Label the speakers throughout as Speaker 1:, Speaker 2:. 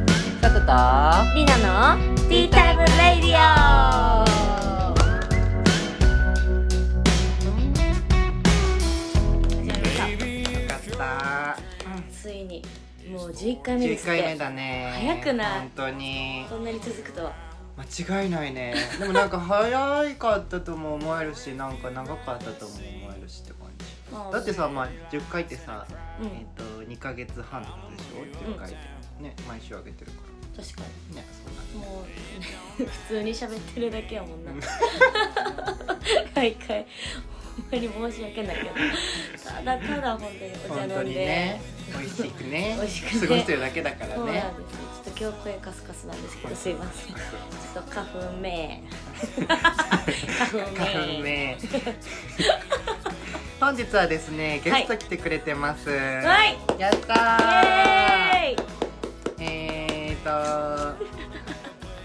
Speaker 1: と
Speaker 2: りなのティータイムレディオ
Speaker 1: よかった
Speaker 2: ついにもう11回目で
Speaker 1: 11
Speaker 2: すっ
Speaker 1: 回目
Speaker 2: て
Speaker 1: だね
Speaker 2: 早くない
Speaker 1: 本当に
Speaker 2: こんなに続くとは
Speaker 1: 間違いないね でもなんか早かったとも思えるしなんか長かったとも思えるしって感じ
Speaker 2: まあ
Speaker 1: だってさ、まあ、10回ってさ、
Speaker 2: うん
Speaker 1: えっと2ヶ月半でしょ10回って、ね毎週上げてるか
Speaker 2: 確から
Speaker 1: ねそんな
Speaker 2: にもう 普通に喋ってるだけやもんな 毎回ほんまに申し訳ないけどただただ本当にお
Speaker 1: 本
Speaker 2: 茶
Speaker 1: 当
Speaker 2: 飲ん
Speaker 1: に
Speaker 2: で、
Speaker 1: ね美味しくね
Speaker 2: 美味しくね
Speaker 1: 過ごしてるだけだから
Speaker 2: そう
Speaker 1: ね
Speaker 2: なんですよちょっと今日声カスカスなんですけどすいませんちょっと花粉 め花粉
Speaker 1: 花粉
Speaker 2: め
Speaker 1: ね本日はですねゲスト来てくれてます、
Speaker 2: はい
Speaker 1: やったー
Speaker 2: イエーイ
Speaker 1: えーと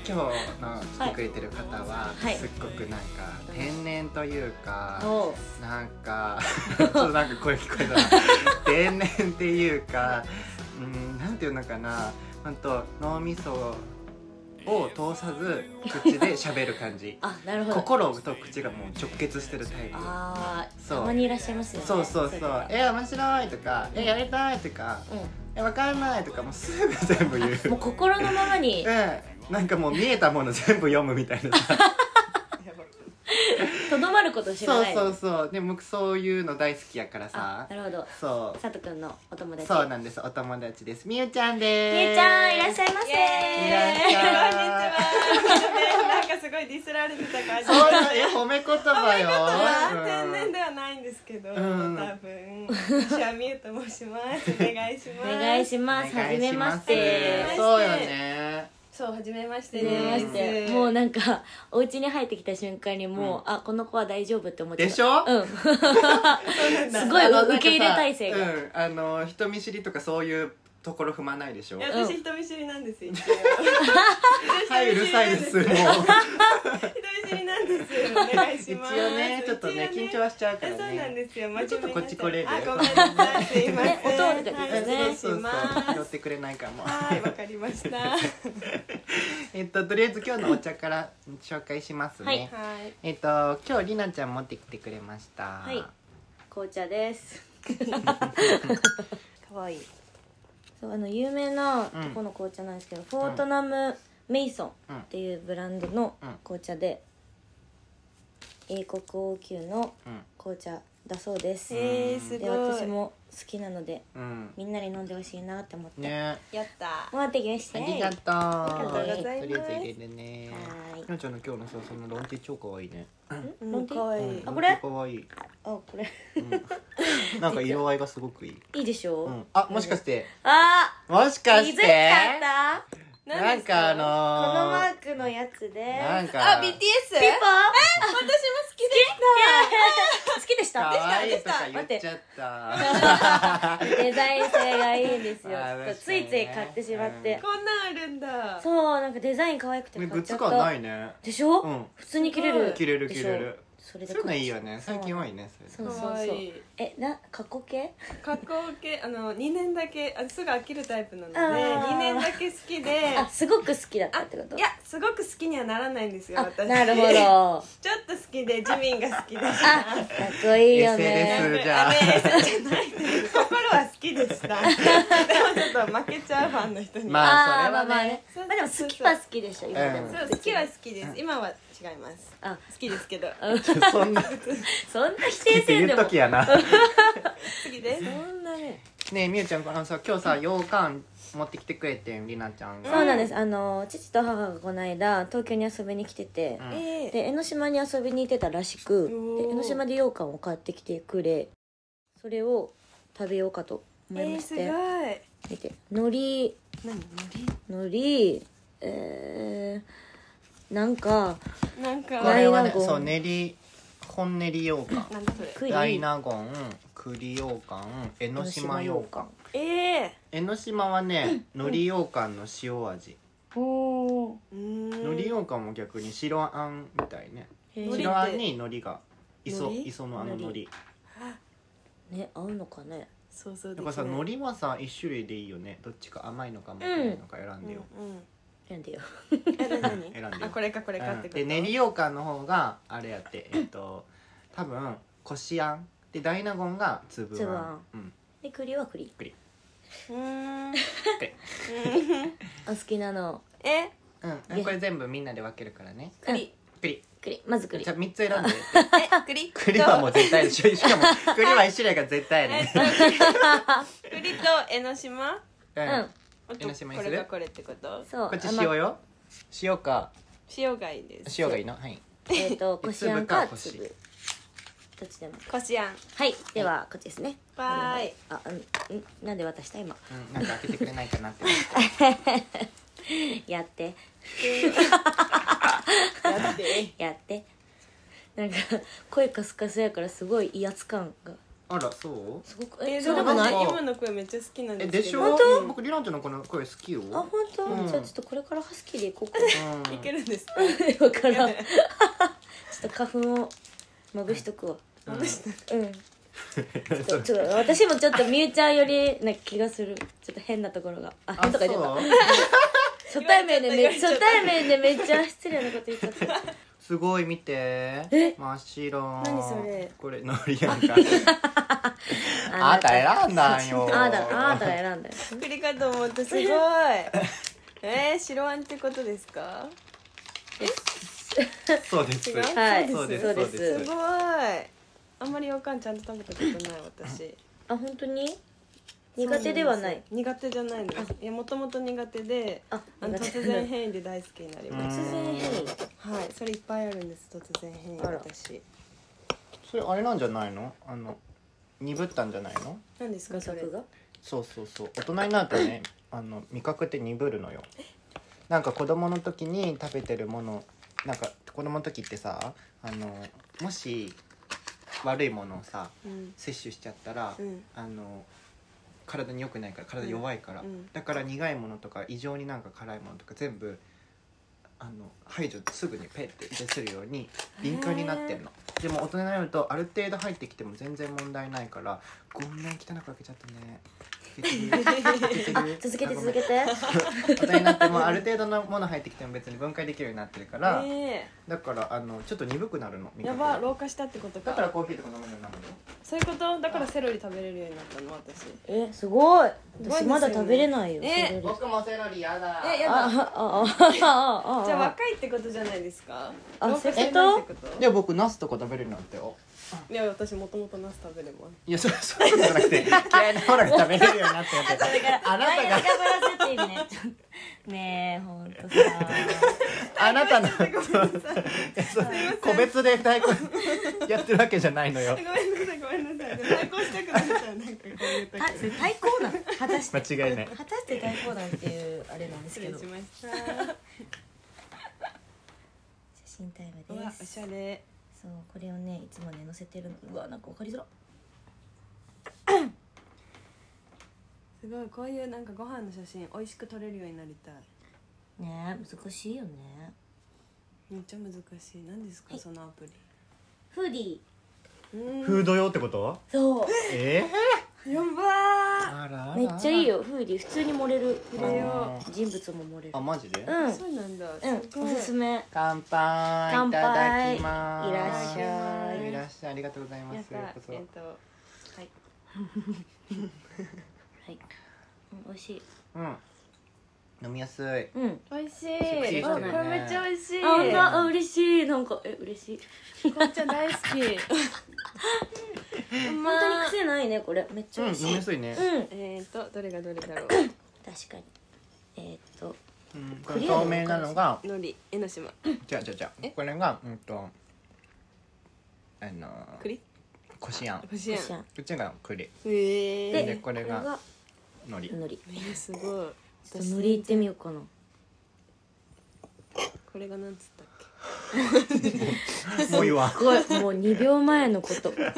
Speaker 1: 今日の来てくれてる方は、
Speaker 2: はい
Speaker 1: すっごくなんか天然というか、
Speaker 2: おう
Speaker 1: なん かちょっとなんか声聞こえたな天然っていうかうんなんていうのかなほんと脳みそを通さず口で喋る感 じ
Speaker 2: あなるほど
Speaker 1: 心と口がもう直結してるタイプ
Speaker 2: あー
Speaker 1: そう
Speaker 2: たまにいらっしゃいますよね
Speaker 1: そうそうそ
Speaker 2: い方
Speaker 1: う「え面白い」とか「えやりたい」とか「えわかんない」とかもうすぐ全部言う
Speaker 2: うん もう心のま まに
Speaker 1: うん、なんかもう見えたもの全部読むみたいな さ
Speaker 2: とどまることを知ら
Speaker 1: そう
Speaker 2: ない
Speaker 1: そうそうで僕そういうの大好きやから
Speaker 2: あ
Speaker 1: さ
Speaker 2: なるほど
Speaker 1: そ
Speaker 2: 佐藤くんのお友
Speaker 1: う
Speaker 2: 達
Speaker 1: そうなんですお友達ですみゆちゃんです
Speaker 2: みゆちゃんいらっしゃいませ
Speaker 3: イエ
Speaker 1: いらっしゃい
Speaker 3: なんかすごいディスられてた感じ
Speaker 1: そうだえ褒め言葉よ
Speaker 3: 天然ではないんですけど、
Speaker 1: うん
Speaker 3: 多分私はみゆと申しますお願いし
Speaker 2: お
Speaker 3: ます
Speaker 2: 願いしますはじめまして
Speaker 3: お願いしま
Speaker 1: そうよね
Speaker 3: そう初めまして
Speaker 2: 初めまして
Speaker 3: です
Speaker 2: もうなんかお家に入ってきた瞬間にもう、あこの子は大丈夫って思ってた
Speaker 1: でしょ
Speaker 2: うん すご
Speaker 1: あの
Speaker 2: い
Speaker 1: なんかさ
Speaker 2: 受け入れ体制
Speaker 1: う
Speaker 2: が
Speaker 1: んあの人見知りとかそういうところ踏まないでしょ
Speaker 3: いや
Speaker 2: うん
Speaker 3: 私人見知りなんですよ 一応
Speaker 1: はいうるさいですもう
Speaker 3: 人見知りなんですよお願いし
Speaker 1: 一応
Speaker 3: ます
Speaker 1: ねちょっとね緊張はしちゃうか
Speaker 3: え
Speaker 1: ら
Speaker 3: そうなん
Speaker 1: ね
Speaker 3: ですよ。
Speaker 1: ちょっとこっち来れる
Speaker 3: あ、ごめんなさい。すいませ
Speaker 2: ね
Speaker 3: ん。
Speaker 2: 音を出てくる
Speaker 3: はい
Speaker 2: ね
Speaker 3: 失礼し
Speaker 1: そうそう
Speaker 3: ます
Speaker 1: 寄ってくれないかも
Speaker 3: はい、わかりました。は
Speaker 1: えっと、とりあえず今日のお茶から紹介しますね。
Speaker 2: はい
Speaker 3: い。
Speaker 1: えっと、今日りなちゃん持ってきてくれました。
Speaker 2: はい紅茶です
Speaker 3: 可愛いい。
Speaker 2: そうあの有名なと
Speaker 1: うん
Speaker 2: この紅茶なんですけど、フォートナム・メイソン
Speaker 1: うん
Speaker 2: っていうブランドの
Speaker 1: うん
Speaker 2: 紅茶で、英国王宮の
Speaker 1: うん。
Speaker 2: 紅茶だそうです、
Speaker 3: えー、すご
Speaker 2: で
Speaker 3: い。
Speaker 2: 私も好きなので
Speaker 1: うん。
Speaker 2: みんなに飲んでほしいなって思って、
Speaker 1: ね。
Speaker 3: やった。
Speaker 2: もらってきました
Speaker 1: ありがとう。
Speaker 2: ありがとうご
Speaker 3: ざいます
Speaker 1: とりあえず入れるね。
Speaker 2: はーい
Speaker 1: りなちゃんの今日のさ、そのロンティ超可愛いね。
Speaker 2: ロンティ
Speaker 3: 可愛
Speaker 1: うん
Speaker 2: あこれ
Speaker 1: ロンティ可愛い。
Speaker 2: あこれ
Speaker 1: うん。なんか色合いがすごくいい。
Speaker 2: いいでしょう、
Speaker 1: うん。あ、もしかして。
Speaker 2: あ
Speaker 1: もし
Speaker 2: 気
Speaker 1: か
Speaker 2: づ
Speaker 1: し
Speaker 2: い
Speaker 1: て。
Speaker 2: ちゃった
Speaker 1: なんかあの
Speaker 2: こ
Speaker 1: ー。
Speaker 2: のマークのやつで
Speaker 1: なんか。
Speaker 3: あ、BTS。
Speaker 2: ピッポー
Speaker 3: 私も好きで
Speaker 2: 好きで した
Speaker 1: 可愛いとか言
Speaker 2: 待
Speaker 1: っ
Speaker 2: って
Speaker 1: ちゃ った。
Speaker 2: デザイン性がいいんです よ
Speaker 1: あー確かにね
Speaker 2: ついつい買ってしまって、
Speaker 3: こんなんあるんだ。
Speaker 2: そうなんかデザイン可愛くて
Speaker 1: ね
Speaker 2: 買
Speaker 1: グッ
Speaker 2: っちゃ
Speaker 1: ズ
Speaker 2: った
Speaker 1: 感ないね。
Speaker 2: でしょ、
Speaker 1: うん
Speaker 2: 普通に着れ
Speaker 3: う
Speaker 2: る
Speaker 3: ん
Speaker 1: 着れる
Speaker 2: で
Speaker 1: 着
Speaker 2: しょ
Speaker 1: れる。
Speaker 2: それで
Speaker 1: そういうのいいよね
Speaker 2: そう
Speaker 1: 最近多いねそれ
Speaker 2: そうそうそ
Speaker 3: 可
Speaker 2: う
Speaker 3: 愛い
Speaker 2: えな過去形
Speaker 3: 加工系あの二年だけあすぐ飽きるタイプなので
Speaker 2: あー
Speaker 3: 二年だけ好きで。
Speaker 2: あすごく好きだったってこと
Speaker 3: いやすごく好きにはならないんですよ
Speaker 2: あ
Speaker 3: 私
Speaker 2: なるほど
Speaker 3: ちょっと好きでジミンが好きでし
Speaker 2: あ
Speaker 3: た
Speaker 2: かっこいいよね
Speaker 1: SNS じゃあ
Speaker 3: あねそうじゃないです心は好きで したでもちょっと負けちゃうファンの人に、
Speaker 1: ま
Speaker 2: あ
Speaker 1: あ
Speaker 2: ーまあ
Speaker 1: それはね
Speaker 2: まあね
Speaker 3: そうそうそう
Speaker 2: まあでも好きは好きでした今でも、
Speaker 1: うん
Speaker 3: そう好きは好きです今は違います
Speaker 2: あ
Speaker 3: 好きですけど
Speaker 1: そんな
Speaker 2: そんな否定せんで
Speaker 1: 言う
Speaker 2: も
Speaker 1: ときや な
Speaker 3: 好きです
Speaker 2: そんなね
Speaker 1: ねえみゆちゃんあのさ今日さ羊羹持ってきてくれてんりなちゃんが
Speaker 2: そうなんですあの父と母がこの間東京に遊びに来てて、
Speaker 1: うん
Speaker 3: ええ
Speaker 2: で江ノ島に遊びに行ってたらしく
Speaker 3: おー
Speaker 2: で江ノ島で羊羹を買ってきてくれそれを食べようかと思い
Speaker 3: え
Speaker 2: ま
Speaker 3: ー、
Speaker 2: し
Speaker 3: す
Speaker 2: て、
Speaker 3: ごい
Speaker 2: 見て海苔
Speaker 3: 何
Speaker 2: 海苔えー、なんか
Speaker 3: 何なんか
Speaker 1: これはね
Speaker 2: 大納言
Speaker 1: そう練り本練り羊羹
Speaker 3: なんだそれ
Speaker 2: 栗
Speaker 1: 大納言栗羊羹江ノ島羊羹
Speaker 3: ええ
Speaker 1: 江ノ島はね海苔羊羹の塩味
Speaker 2: おー
Speaker 3: うーん
Speaker 1: 海苔羊羹も逆に白あんみたいね
Speaker 2: へ
Speaker 3: 海苔
Speaker 1: 白あんに海苔が磯
Speaker 3: 海苔
Speaker 1: 磯のあの海苔
Speaker 2: ね合うのかね
Speaker 3: そうそう
Speaker 1: なんかさ海苔はさ一種類でいいよねどっちか甘いのか甘くないのか選んでよ
Speaker 3: うんうん
Speaker 2: 読んでよ
Speaker 3: え何何
Speaker 1: 選んでよ
Speaker 3: あこれかこれかって
Speaker 1: うん
Speaker 3: こと、
Speaker 1: で練り羊羹の方があれやってえっと多分こしあんでダイナゴンが粒
Speaker 2: 粒
Speaker 1: あ
Speaker 2: あ
Speaker 1: ん、うん、
Speaker 2: で栗は栗
Speaker 3: うーん
Speaker 1: で
Speaker 2: お好きなの
Speaker 3: え
Speaker 1: うん、これ全部みんなで分けるからね
Speaker 3: 栗
Speaker 1: 栗
Speaker 2: 栗まず栗
Speaker 1: じゃあ3つ選んで
Speaker 3: え栗
Speaker 1: 栗はもう絶対でしょしかも栗は一種類が絶対や
Speaker 3: え
Speaker 1: ね
Speaker 3: っと栗と江ノ島
Speaker 1: う
Speaker 2: うんん
Speaker 3: あと
Speaker 1: 江ノ島に
Speaker 3: こ
Speaker 1: する
Speaker 3: れかこれってこと
Speaker 2: そう
Speaker 1: こっち
Speaker 2: あま
Speaker 1: 塩よ塩か
Speaker 3: 塩貝です
Speaker 1: 塩がいいのはい
Speaker 2: えっ、とこしあんか
Speaker 1: 粒か
Speaker 2: 粒どっちでも
Speaker 3: こしあん
Speaker 2: はいではこっちですね
Speaker 3: はーい
Speaker 2: あうんうんなんで渡した今
Speaker 1: うんなんか開けてくれないかな って
Speaker 2: やって
Speaker 3: だって
Speaker 2: やってなんか声カスカスやからすごい威圧感が
Speaker 1: あらそう
Speaker 2: すごく
Speaker 3: え
Speaker 2: え
Speaker 3: ー
Speaker 2: そ
Speaker 3: で
Speaker 2: うで
Speaker 3: も
Speaker 2: もない
Speaker 1: なんか
Speaker 3: 今の声めっちゃ好きなん
Speaker 1: え
Speaker 3: ですけど
Speaker 1: でしょ
Speaker 2: 本当
Speaker 1: うん僕リランちゃんのこの声好きよ
Speaker 2: あ本当、
Speaker 1: うん
Speaker 2: じゃあちょっとこれからハスキーでいこうか
Speaker 1: うん
Speaker 3: いけるん ですか
Speaker 2: な わからんちょっと花粉をまぶしとくわ
Speaker 1: うん
Speaker 2: うんちょっとちょっと私もちょっとみゆちゃんよりな気がするちょっと変なところがあ
Speaker 1: あ
Speaker 2: 変とか言って
Speaker 1: そう
Speaker 2: た初対面でめ
Speaker 3: 言われちゃっ
Speaker 2: 初
Speaker 3: た
Speaker 2: 対面でめっちゃ失礼なこと言っちゃった
Speaker 1: すごい見て
Speaker 2: え
Speaker 1: 真っ白
Speaker 3: 何それ
Speaker 1: これのりやんかあなた選んだんよ
Speaker 2: あなたあなたが選んだよ
Speaker 3: 栗かと思ってすご いえー、白あんってことですか
Speaker 1: そうです
Speaker 3: 違う
Speaker 2: はい
Speaker 1: そうです
Speaker 2: そうです
Speaker 1: そう
Speaker 3: す
Speaker 1: で
Speaker 3: ごいあんまりようかんちゃんと食べたことない私
Speaker 2: あ本当に 苦手ではない
Speaker 3: そうなんです苦手じゃないのいやもともと苦手で
Speaker 2: あ
Speaker 3: あの
Speaker 2: 苦手
Speaker 3: 突然変異で大好きになりまし
Speaker 2: 突然変異
Speaker 3: たはいそれいっぱいあるんです突然変異
Speaker 2: あら
Speaker 3: 私
Speaker 1: それあれなんじゃないのあの鈍ったんじゃないの
Speaker 3: 何ですか
Speaker 2: 味
Speaker 3: それ
Speaker 2: 覚が
Speaker 1: そうそうそう大人になるとねあの味覚って鈍るのよなんか子供の時に食べてるものなんか子供の時ってさあのもし悪いものをさ
Speaker 3: うん
Speaker 1: 摂取しちゃったら、
Speaker 3: うん
Speaker 1: あの体に良くないから体弱いから、
Speaker 3: うんうん
Speaker 1: だから苦いものとか異常になんか辛いものとか全部あの排除すぐにペッて出するように敏感になってんのでも大人になるとある程度入ってきても全然問題ないからごめん汚く開けちゃった ね開けてる開
Speaker 2: 続け
Speaker 1: あ
Speaker 2: て
Speaker 1: ご
Speaker 2: 続
Speaker 1: めん
Speaker 2: けて
Speaker 1: 大人になってもある程度のもの入ってきても別に分解できるようになってるから、
Speaker 3: え
Speaker 1: だからあのちょっと鈍くなるの味
Speaker 3: ー、
Speaker 1: 覚
Speaker 3: やば老化したってこと
Speaker 1: だから
Speaker 3: か
Speaker 1: コーヒーとか飲むようになるの
Speaker 3: そういうことだからセロリ食べれるようになったの私
Speaker 2: えすごい
Speaker 3: すごいで
Speaker 2: 私
Speaker 3: すよね
Speaker 2: まだ食べれないよ
Speaker 3: え
Speaker 2: セロリ
Speaker 1: 僕もセロリ嫌だ
Speaker 3: えや
Speaker 2: ああ
Speaker 3: だ
Speaker 2: ああああ
Speaker 3: じゃあ若いってことじゃないですか
Speaker 2: あ
Speaker 3: 老化してないってこと
Speaker 1: で僕ナスとか食べれるなんてよ
Speaker 3: いや私もともとナス食べれます
Speaker 1: いやそうそうじゃなくて 嫌いなものが食べれるようになってやってたあなたが
Speaker 2: 頑張らせてねちょっと ねえほんとさ
Speaker 1: あなたのそう個別で対抗やってるわけじゃないのよ
Speaker 3: ごめんなさいごめんなさい でも対抗したくなっちゃうなんかこういう時
Speaker 2: あそれ対抗団果たして
Speaker 1: 間違いない
Speaker 2: 果たして対抗団っていうあれなんです
Speaker 3: 失
Speaker 2: け
Speaker 3: 礼
Speaker 2: ど
Speaker 3: し
Speaker 2: 写
Speaker 3: ました
Speaker 2: 真タイム
Speaker 3: うわお
Speaker 2: で
Speaker 3: し
Speaker 2: す
Speaker 3: ゃれ
Speaker 2: そうこれをねいつもね載せてるのうわなんかわかりづら
Speaker 3: すごいこういうなんかご飯の写真美味しく撮れるようになりたい
Speaker 2: ねえ難しいよね
Speaker 3: めっちゃ難しい何ですかそのアプリ
Speaker 2: フーディー
Speaker 3: うん
Speaker 1: フード用ってこと
Speaker 2: そう
Speaker 1: え
Speaker 3: やば
Speaker 1: あらあら
Speaker 2: めっちゃいいよフーディー普通に盛れる
Speaker 3: ーれよ
Speaker 2: 人物も盛れる
Speaker 1: あマジで
Speaker 2: うん
Speaker 3: そうなんだす
Speaker 2: うん
Speaker 3: ご
Speaker 2: お
Speaker 3: い
Speaker 2: すすめ
Speaker 1: 乾杯
Speaker 2: 乾杯
Speaker 1: いただきます
Speaker 2: いらっしゃい
Speaker 1: いらっしゃいありがとうございま
Speaker 3: やっ
Speaker 1: すこ
Speaker 3: た
Speaker 1: ち
Speaker 3: え
Speaker 1: ら
Speaker 3: っ
Speaker 1: こと
Speaker 3: はい
Speaker 2: はいうん美味しい
Speaker 1: そうん飲みやすい
Speaker 2: うん
Speaker 3: 美味し
Speaker 1: っくりし
Speaker 3: い
Speaker 1: て
Speaker 3: あ
Speaker 1: る
Speaker 3: こ
Speaker 1: ね
Speaker 3: れめっちゃ美味しい
Speaker 2: あんなあ嬉しいなんかえ嬉しい
Speaker 3: 紅茶大好 きうま
Speaker 2: 本
Speaker 3: い
Speaker 2: 当に癖ないねこれめっち
Speaker 1: う
Speaker 2: ゃ
Speaker 1: ん
Speaker 2: 美
Speaker 1: 飲
Speaker 2: 味し
Speaker 1: み
Speaker 2: い
Speaker 1: やすいね
Speaker 2: うん
Speaker 3: えっとどれがどれだろう
Speaker 2: 確かにえーっと
Speaker 1: うんこれ透明なのが
Speaker 3: のり江ノ島
Speaker 1: じゃあじゃあじゃあこれがうんとあのー
Speaker 3: 栗
Speaker 1: こしあん
Speaker 3: こし
Speaker 2: こ
Speaker 3: あん
Speaker 2: しあん
Speaker 1: こっちが栗
Speaker 3: え
Speaker 1: で
Speaker 3: え
Speaker 1: これがのり
Speaker 2: のり
Speaker 3: ーすごい
Speaker 2: ちょっとのりいってみようかな
Speaker 3: これがなんつったっけ
Speaker 1: もういいわ
Speaker 2: すごいもう2秒前のことびっくり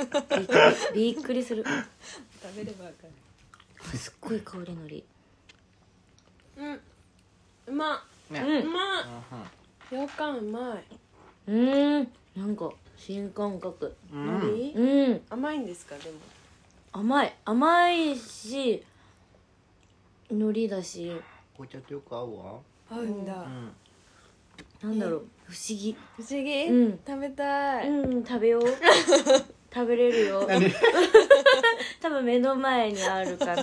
Speaker 2: びっくりする
Speaker 3: 食べればわかる
Speaker 2: すっごい香りのり
Speaker 3: うんうま
Speaker 1: ね
Speaker 2: う
Speaker 3: うんま
Speaker 1: う
Speaker 3: 羊羹うまいう
Speaker 2: ーんなんか新感覚
Speaker 1: んうんうん
Speaker 3: 何
Speaker 2: うん
Speaker 3: 甘いんですかでも
Speaker 2: 甘い甘いし海苔だし
Speaker 1: 紅茶とよく合うわ
Speaker 3: 合うんだ、
Speaker 1: うん
Speaker 2: なんだろう不思議
Speaker 3: 不思議、
Speaker 2: うん
Speaker 3: 食べたい、
Speaker 2: うん食べ よう食べれるよ
Speaker 1: 何
Speaker 2: 多分目の前にある かな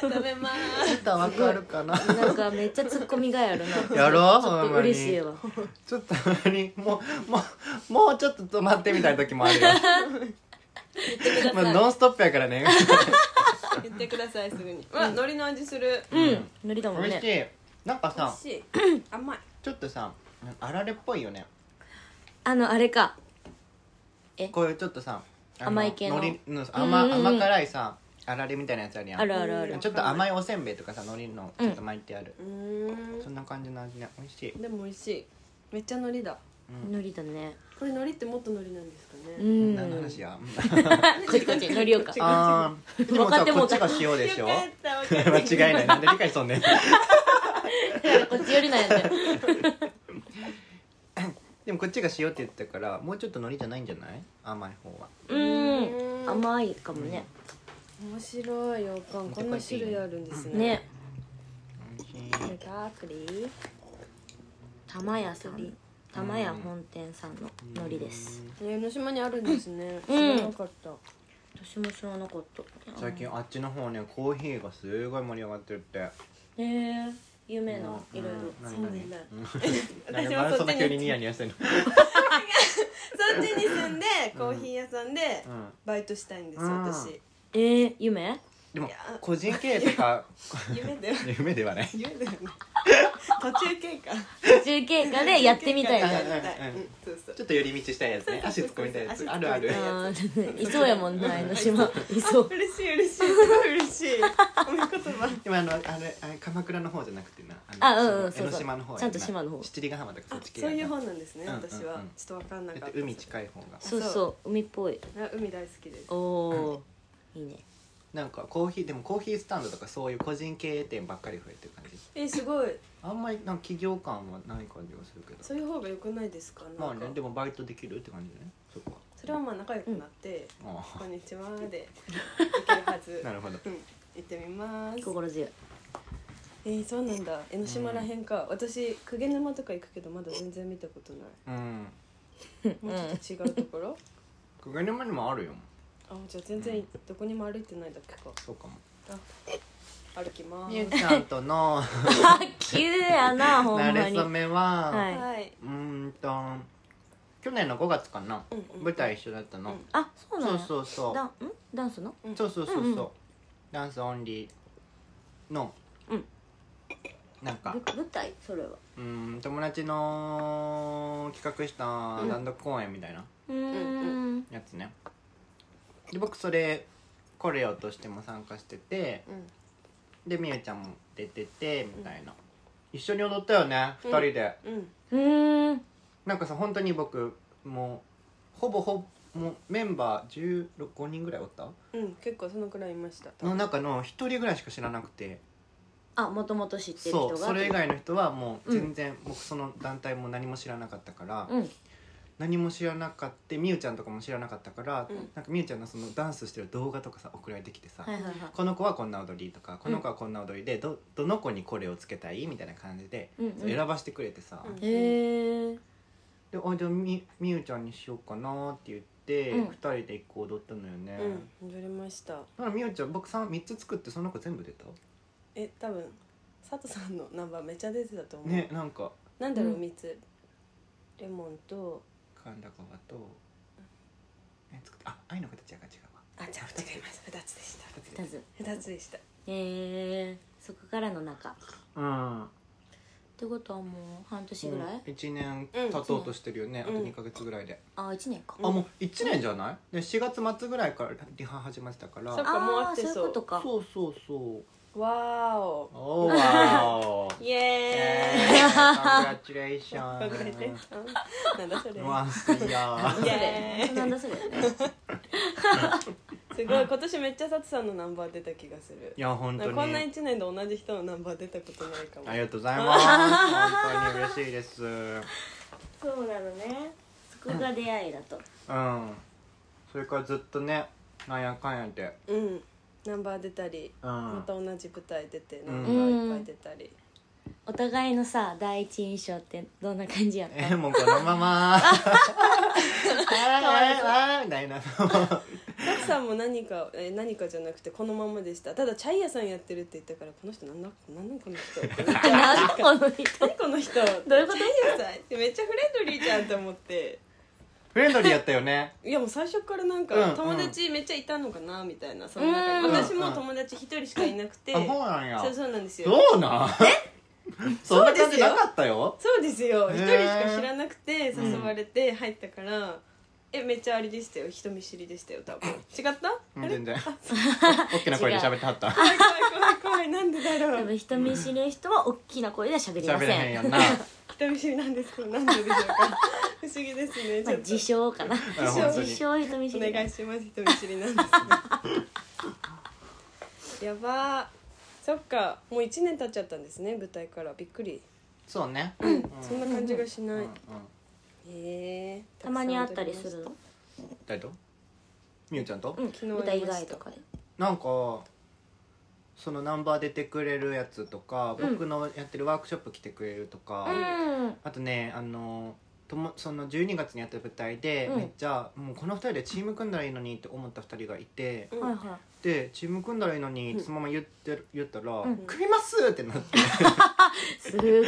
Speaker 3: 食べま
Speaker 1: ちょっと甘くあるかな
Speaker 2: なんかめっちゃツッコミがやるな
Speaker 1: やろう
Speaker 2: ちょっと嬉しいわ
Speaker 1: ちょっとたまに もうもうもうちょっと止まってみたいな時もあるよまあノンストップやからね
Speaker 3: す言ってくださいすぐにうわ海苔の味する
Speaker 2: うん無理だもん
Speaker 1: 美味し
Speaker 2: ね
Speaker 1: いなんか
Speaker 3: 美
Speaker 1: さ
Speaker 3: 味しい甘い
Speaker 1: ちょっとさあられっぽいよね
Speaker 2: あのあれか
Speaker 1: こういうちょっとさあ
Speaker 2: 甘い系の
Speaker 1: 海苔の甘,、
Speaker 2: うんうんうん
Speaker 1: 甘辛いさあられみたいなやつあるやん
Speaker 2: あるあるあ
Speaker 3: うん
Speaker 2: る
Speaker 1: ちょっと甘いおせんべいとかさ海苔のちょっと巻いてある、
Speaker 3: うー
Speaker 1: そんな感じの味ね美味しい
Speaker 3: んでも美味しいめっちゃ海苔だ
Speaker 1: うん
Speaker 2: 海苔だね
Speaker 3: これ海苔ってもっと海苔なんですか
Speaker 2: う
Speaker 3: ね
Speaker 2: ん
Speaker 1: 何の話や
Speaker 2: こっちこっち海苔ようか
Speaker 1: あーでも
Speaker 2: 分か
Speaker 1: さ
Speaker 2: って
Speaker 1: こ
Speaker 2: もう
Speaker 1: ったちが塩でし ょ
Speaker 3: よかったわかった
Speaker 1: 間違いないなんで理解しとんねん
Speaker 2: こっち寄りなんやったよ
Speaker 1: でもこっちが塩って言ったからもうちょっと海苔じゃないんじゃない甘い方は
Speaker 2: うん
Speaker 3: うん
Speaker 2: 甘いかもね
Speaker 3: 面白いよかんこんな種類あるんですね
Speaker 2: ね
Speaker 1: 美味しい
Speaker 3: たくり
Speaker 2: 玉屋さん玉屋本店さんの海苔です
Speaker 3: 江ノ島にあるんですね知
Speaker 2: うん
Speaker 3: らなかった
Speaker 2: 私も知らなかった
Speaker 1: 最近あっちの方ねコーヒーがすごい盛り上がってるって
Speaker 2: へえ有名な
Speaker 1: うん
Speaker 2: いろい
Speaker 1: うん
Speaker 2: ろ
Speaker 1: 何々
Speaker 3: そうなんだ
Speaker 1: うん
Speaker 3: 私も
Speaker 1: なんで
Speaker 3: そ
Speaker 1: そ
Speaker 3: っ
Speaker 1: んな
Speaker 3: ちに
Speaker 1: 急にニヤニヤしてんの
Speaker 3: そっちに住んでコーヒー屋さんで
Speaker 1: うん
Speaker 3: バイトしたいんですよ
Speaker 1: うん
Speaker 3: 私
Speaker 2: えー夢
Speaker 1: でも
Speaker 3: いや
Speaker 1: 個人経営とか
Speaker 3: 夢だよ ね
Speaker 1: 夢ではない
Speaker 3: 夢だよね途中経過
Speaker 2: 途中経過でやってみたい
Speaker 1: な
Speaker 2: な
Speaker 3: やってみたいうんそうそう
Speaker 1: ちょっと寄り道したいやつね足突っ込みたいやつあるある
Speaker 3: 足突っ込みたいや
Speaker 2: あーいそうやもんな江の島いそう
Speaker 3: 嬉しい嬉しいすごい嬉しいおめ言葉
Speaker 1: でもあのあれあれ鎌倉の方じゃなくてな
Speaker 2: あ
Speaker 1: の
Speaker 2: うんうん
Speaker 1: その江
Speaker 2: そうそ
Speaker 1: ノ
Speaker 2: う
Speaker 1: 島の方や
Speaker 2: ちゃんと島の方
Speaker 1: 七里ヶ浜とかそ
Speaker 3: あ
Speaker 1: っち系
Speaker 3: そういう
Speaker 1: だ
Speaker 3: 本なんですね
Speaker 1: うんうんうん
Speaker 3: 私はちょっとわかんなか
Speaker 1: っ
Speaker 3: ってた
Speaker 1: 海近い方が
Speaker 2: そうそう海っぽい
Speaker 3: あ海大好きです
Speaker 2: おおーいいね
Speaker 1: なんかコーヒーでもコーヒースタンドとかそういう個人経営店ばっかり増えてる感じ
Speaker 3: えすごい
Speaker 1: あんまりなんか企業感はない感じがするけど
Speaker 3: そういう方が良くないですかなんか
Speaker 1: まあねでもバイトできるって感じだねそこ
Speaker 3: それはまあ仲良くなって、
Speaker 1: はあ
Speaker 3: こんにちはで行けるはず
Speaker 1: あ なるほど
Speaker 3: うん行ってみます
Speaker 2: 心強い
Speaker 3: えー、そうなんだ江ノ島らへんか、私鵠沼とか行くけどまだ全然見たことな
Speaker 1: う
Speaker 3: い
Speaker 1: ん
Speaker 3: もうちょっと違うところ、
Speaker 1: ここにもにもあるよ
Speaker 3: あじゃあ全然どこにも歩いてないだけか
Speaker 1: そうかも
Speaker 3: 歩きま
Speaker 1: みゆ
Speaker 3: ー
Speaker 1: きさんとの
Speaker 2: あ急やな ほんま
Speaker 1: 慣れ
Speaker 2: に
Speaker 1: 初めは、
Speaker 2: は
Speaker 3: す
Speaker 2: い
Speaker 3: はい、
Speaker 1: うーんと去年の5月かな、
Speaker 3: うんうん
Speaker 1: 舞台一緒だったの、
Speaker 3: うん
Speaker 2: あそうな
Speaker 1: そ
Speaker 2: の
Speaker 1: うそうそう
Speaker 2: ダンんダンスの
Speaker 3: うん
Speaker 1: そうそうそうそう、
Speaker 2: うんうん
Speaker 1: ダンスオンリーの、
Speaker 2: うん
Speaker 1: なんか
Speaker 2: ぶ舞台それは
Speaker 1: うーん友達の企画した
Speaker 3: ん
Speaker 1: 単独公演みたいな
Speaker 2: うーん
Speaker 1: やつね、で僕それコレオとしても参加してて
Speaker 3: うん、
Speaker 1: でみゆちゃんも出ててみたいな、一緒に踊ったよね2人で、
Speaker 3: うん、
Speaker 2: うーん
Speaker 1: なんかさ本当に僕もうほぼほぼもうメンバー15人ぐらいおった
Speaker 3: うん、結構そのくらいいました
Speaker 1: の中の1人ぐらいしか知らなくて、
Speaker 2: あもともと知ってる人
Speaker 1: そ
Speaker 2: が
Speaker 1: うそれ以外の人はもう全然、僕その団体も何も知らなかったから、
Speaker 2: うん
Speaker 1: 何も知らなかったみゆちゃんとかも知らなかったから、
Speaker 3: うん
Speaker 1: なんかみゆちゃんのそのダンスしてる動画とかさ送られてきてさ、
Speaker 2: はいはいはい
Speaker 1: この子はこんな踊りとかこの子はこんな踊りで、どどの子にこれをつけたいみたいな感じで、
Speaker 2: うんうん
Speaker 1: 選ばしてくれてさ、
Speaker 3: うん
Speaker 2: へえ
Speaker 1: であじゃあみみゆちゃんにしようかなって言って、
Speaker 2: うん
Speaker 1: 2人で1個踊ったのよね、
Speaker 3: うん、踊りました
Speaker 1: だからみゆちゃん僕 3, 三つ作ってその子全部出た
Speaker 3: え多分佐藤さんのナンバーめっちゃ出てたと思う、
Speaker 1: ねなんか
Speaker 3: なんだろう、
Speaker 2: うん
Speaker 3: 三つレモンと
Speaker 1: 神田川と、ね、作ってあ愛の形やから違うわ
Speaker 3: あじゃあ違います二つでした
Speaker 2: ダンスへ
Speaker 3: 二つでした
Speaker 2: えそこからの中っ
Speaker 1: うん
Speaker 2: てことはもう半年ぐらい、
Speaker 1: うん、1年経とうとしてるよね、
Speaker 3: うん
Speaker 1: あと2か月ぐらいで、
Speaker 2: あ一年か
Speaker 3: うん
Speaker 1: あもう1年じゃないで4月末ぐらいからリハ始まってたから
Speaker 3: そ
Speaker 1: そ
Speaker 3: っかもう
Speaker 2: あ
Speaker 3: 合
Speaker 2: あ
Speaker 3: って
Speaker 2: そう
Speaker 3: そう
Speaker 2: いうことか
Speaker 1: うそうそう
Speaker 3: わーお
Speaker 1: おーわお
Speaker 3: イエーイ
Speaker 1: カングラチュレーション
Speaker 3: バグレてなんだそれ
Speaker 1: ワンスイヤ
Speaker 3: イエーイ
Speaker 2: なんだそれ
Speaker 3: すごい今年めっちゃサツさんのナンバー出た気がする
Speaker 1: いや本当
Speaker 3: こんな
Speaker 1: に
Speaker 3: 一年で同じ人のナンバー出たことないかも
Speaker 1: ありがとうございます本当に嬉しいですうん
Speaker 2: そうなのねそこが出会いだと
Speaker 1: それからずっとねなんやかんやで
Speaker 3: うんナンバー出たり
Speaker 1: うん
Speaker 3: また同じ舞台出てナン
Speaker 2: う
Speaker 3: バ
Speaker 2: ん
Speaker 3: ーいっぱい出たり
Speaker 2: お互いのさ第一印象ってどんな感じやった
Speaker 1: えもうこのまま あーあーあーみたいな
Speaker 3: 奥さんも何かえー何かじゃなくてこのままでしたただチャイ屋さんやってるって言ったからこの人なんだなんなんこの人
Speaker 2: なんだこの人
Speaker 3: 何この人どう
Speaker 2: いうこと
Speaker 3: チャイ屋さんってめっちゃフレンドリーじゃんと思って
Speaker 1: フレンドリーやったよね
Speaker 3: いやもう最初からなん
Speaker 1: うんう
Speaker 3: か
Speaker 1: ん
Speaker 3: 友達めっちゃいたのかなみたいなその中
Speaker 2: うん
Speaker 3: に私も友達一人しかいなくて
Speaker 1: あそうなんや
Speaker 3: そうそうなんですよ
Speaker 1: そうなん そんな感じなかったよ
Speaker 3: そうですよ
Speaker 1: へー
Speaker 3: 一人しか知らなくて
Speaker 1: うん
Speaker 3: 誘われて入ったから、えめっちゃあれでしたよ人見知りでしたよ多分違った
Speaker 1: う
Speaker 3: あ
Speaker 1: ん
Speaker 3: れ
Speaker 1: 全 然大きな声で喋ってはった
Speaker 3: 怖い怖い怖い怖いなんでだろ
Speaker 2: 多
Speaker 3: う
Speaker 2: 分人見知りの人は大きな声では喋りま
Speaker 1: 喋
Speaker 2: せん
Speaker 1: れへんや んな
Speaker 3: 人見知りなんですけどなんででしょうか不思議ですね
Speaker 2: まあ
Speaker 3: ちょっと
Speaker 2: 自称かな
Speaker 1: 自
Speaker 3: 称
Speaker 2: 自称人見知
Speaker 3: お
Speaker 2: り
Speaker 3: 願いします人見知りなん ですねやばーそっかもう1年経っちゃったんですね舞台からびっくり
Speaker 1: そうねうん
Speaker 3: そんな感じがしない、
Speaker 1: うんうん
Speaker 3: へえ
Speaker 2: たまに会ったりするの
Speaker 1: 誰とみゆちゃんと
Speaker 2: うん
Speaker 3: 昨日
Speaker 2: 舞台以外とかで
Speaker 1: なんかそのナンバー出てくれるやつとか
Speaker 2: うん
Speaker 1: 僕のやってるワークショップ来てくれるとか、
Speaker 2: うん
Speaker 1: あとねあのともその12月にやった舞台で、
Speaker 2: うん
Speaker 1: めっちゃもうこの2人でチーム組んだらいいのにって思った2人がいて
Speaker 3: うん
Speaker 2: はいは
Speaker 1: でチーム組んだらいいのにっ
Speaker 2: うん
Speaker 1: てそのまま言ってる言ったら「
Speaker 2: うん
Speaker 1: 組みます!」ってな ってい
Speaker 2: いすごい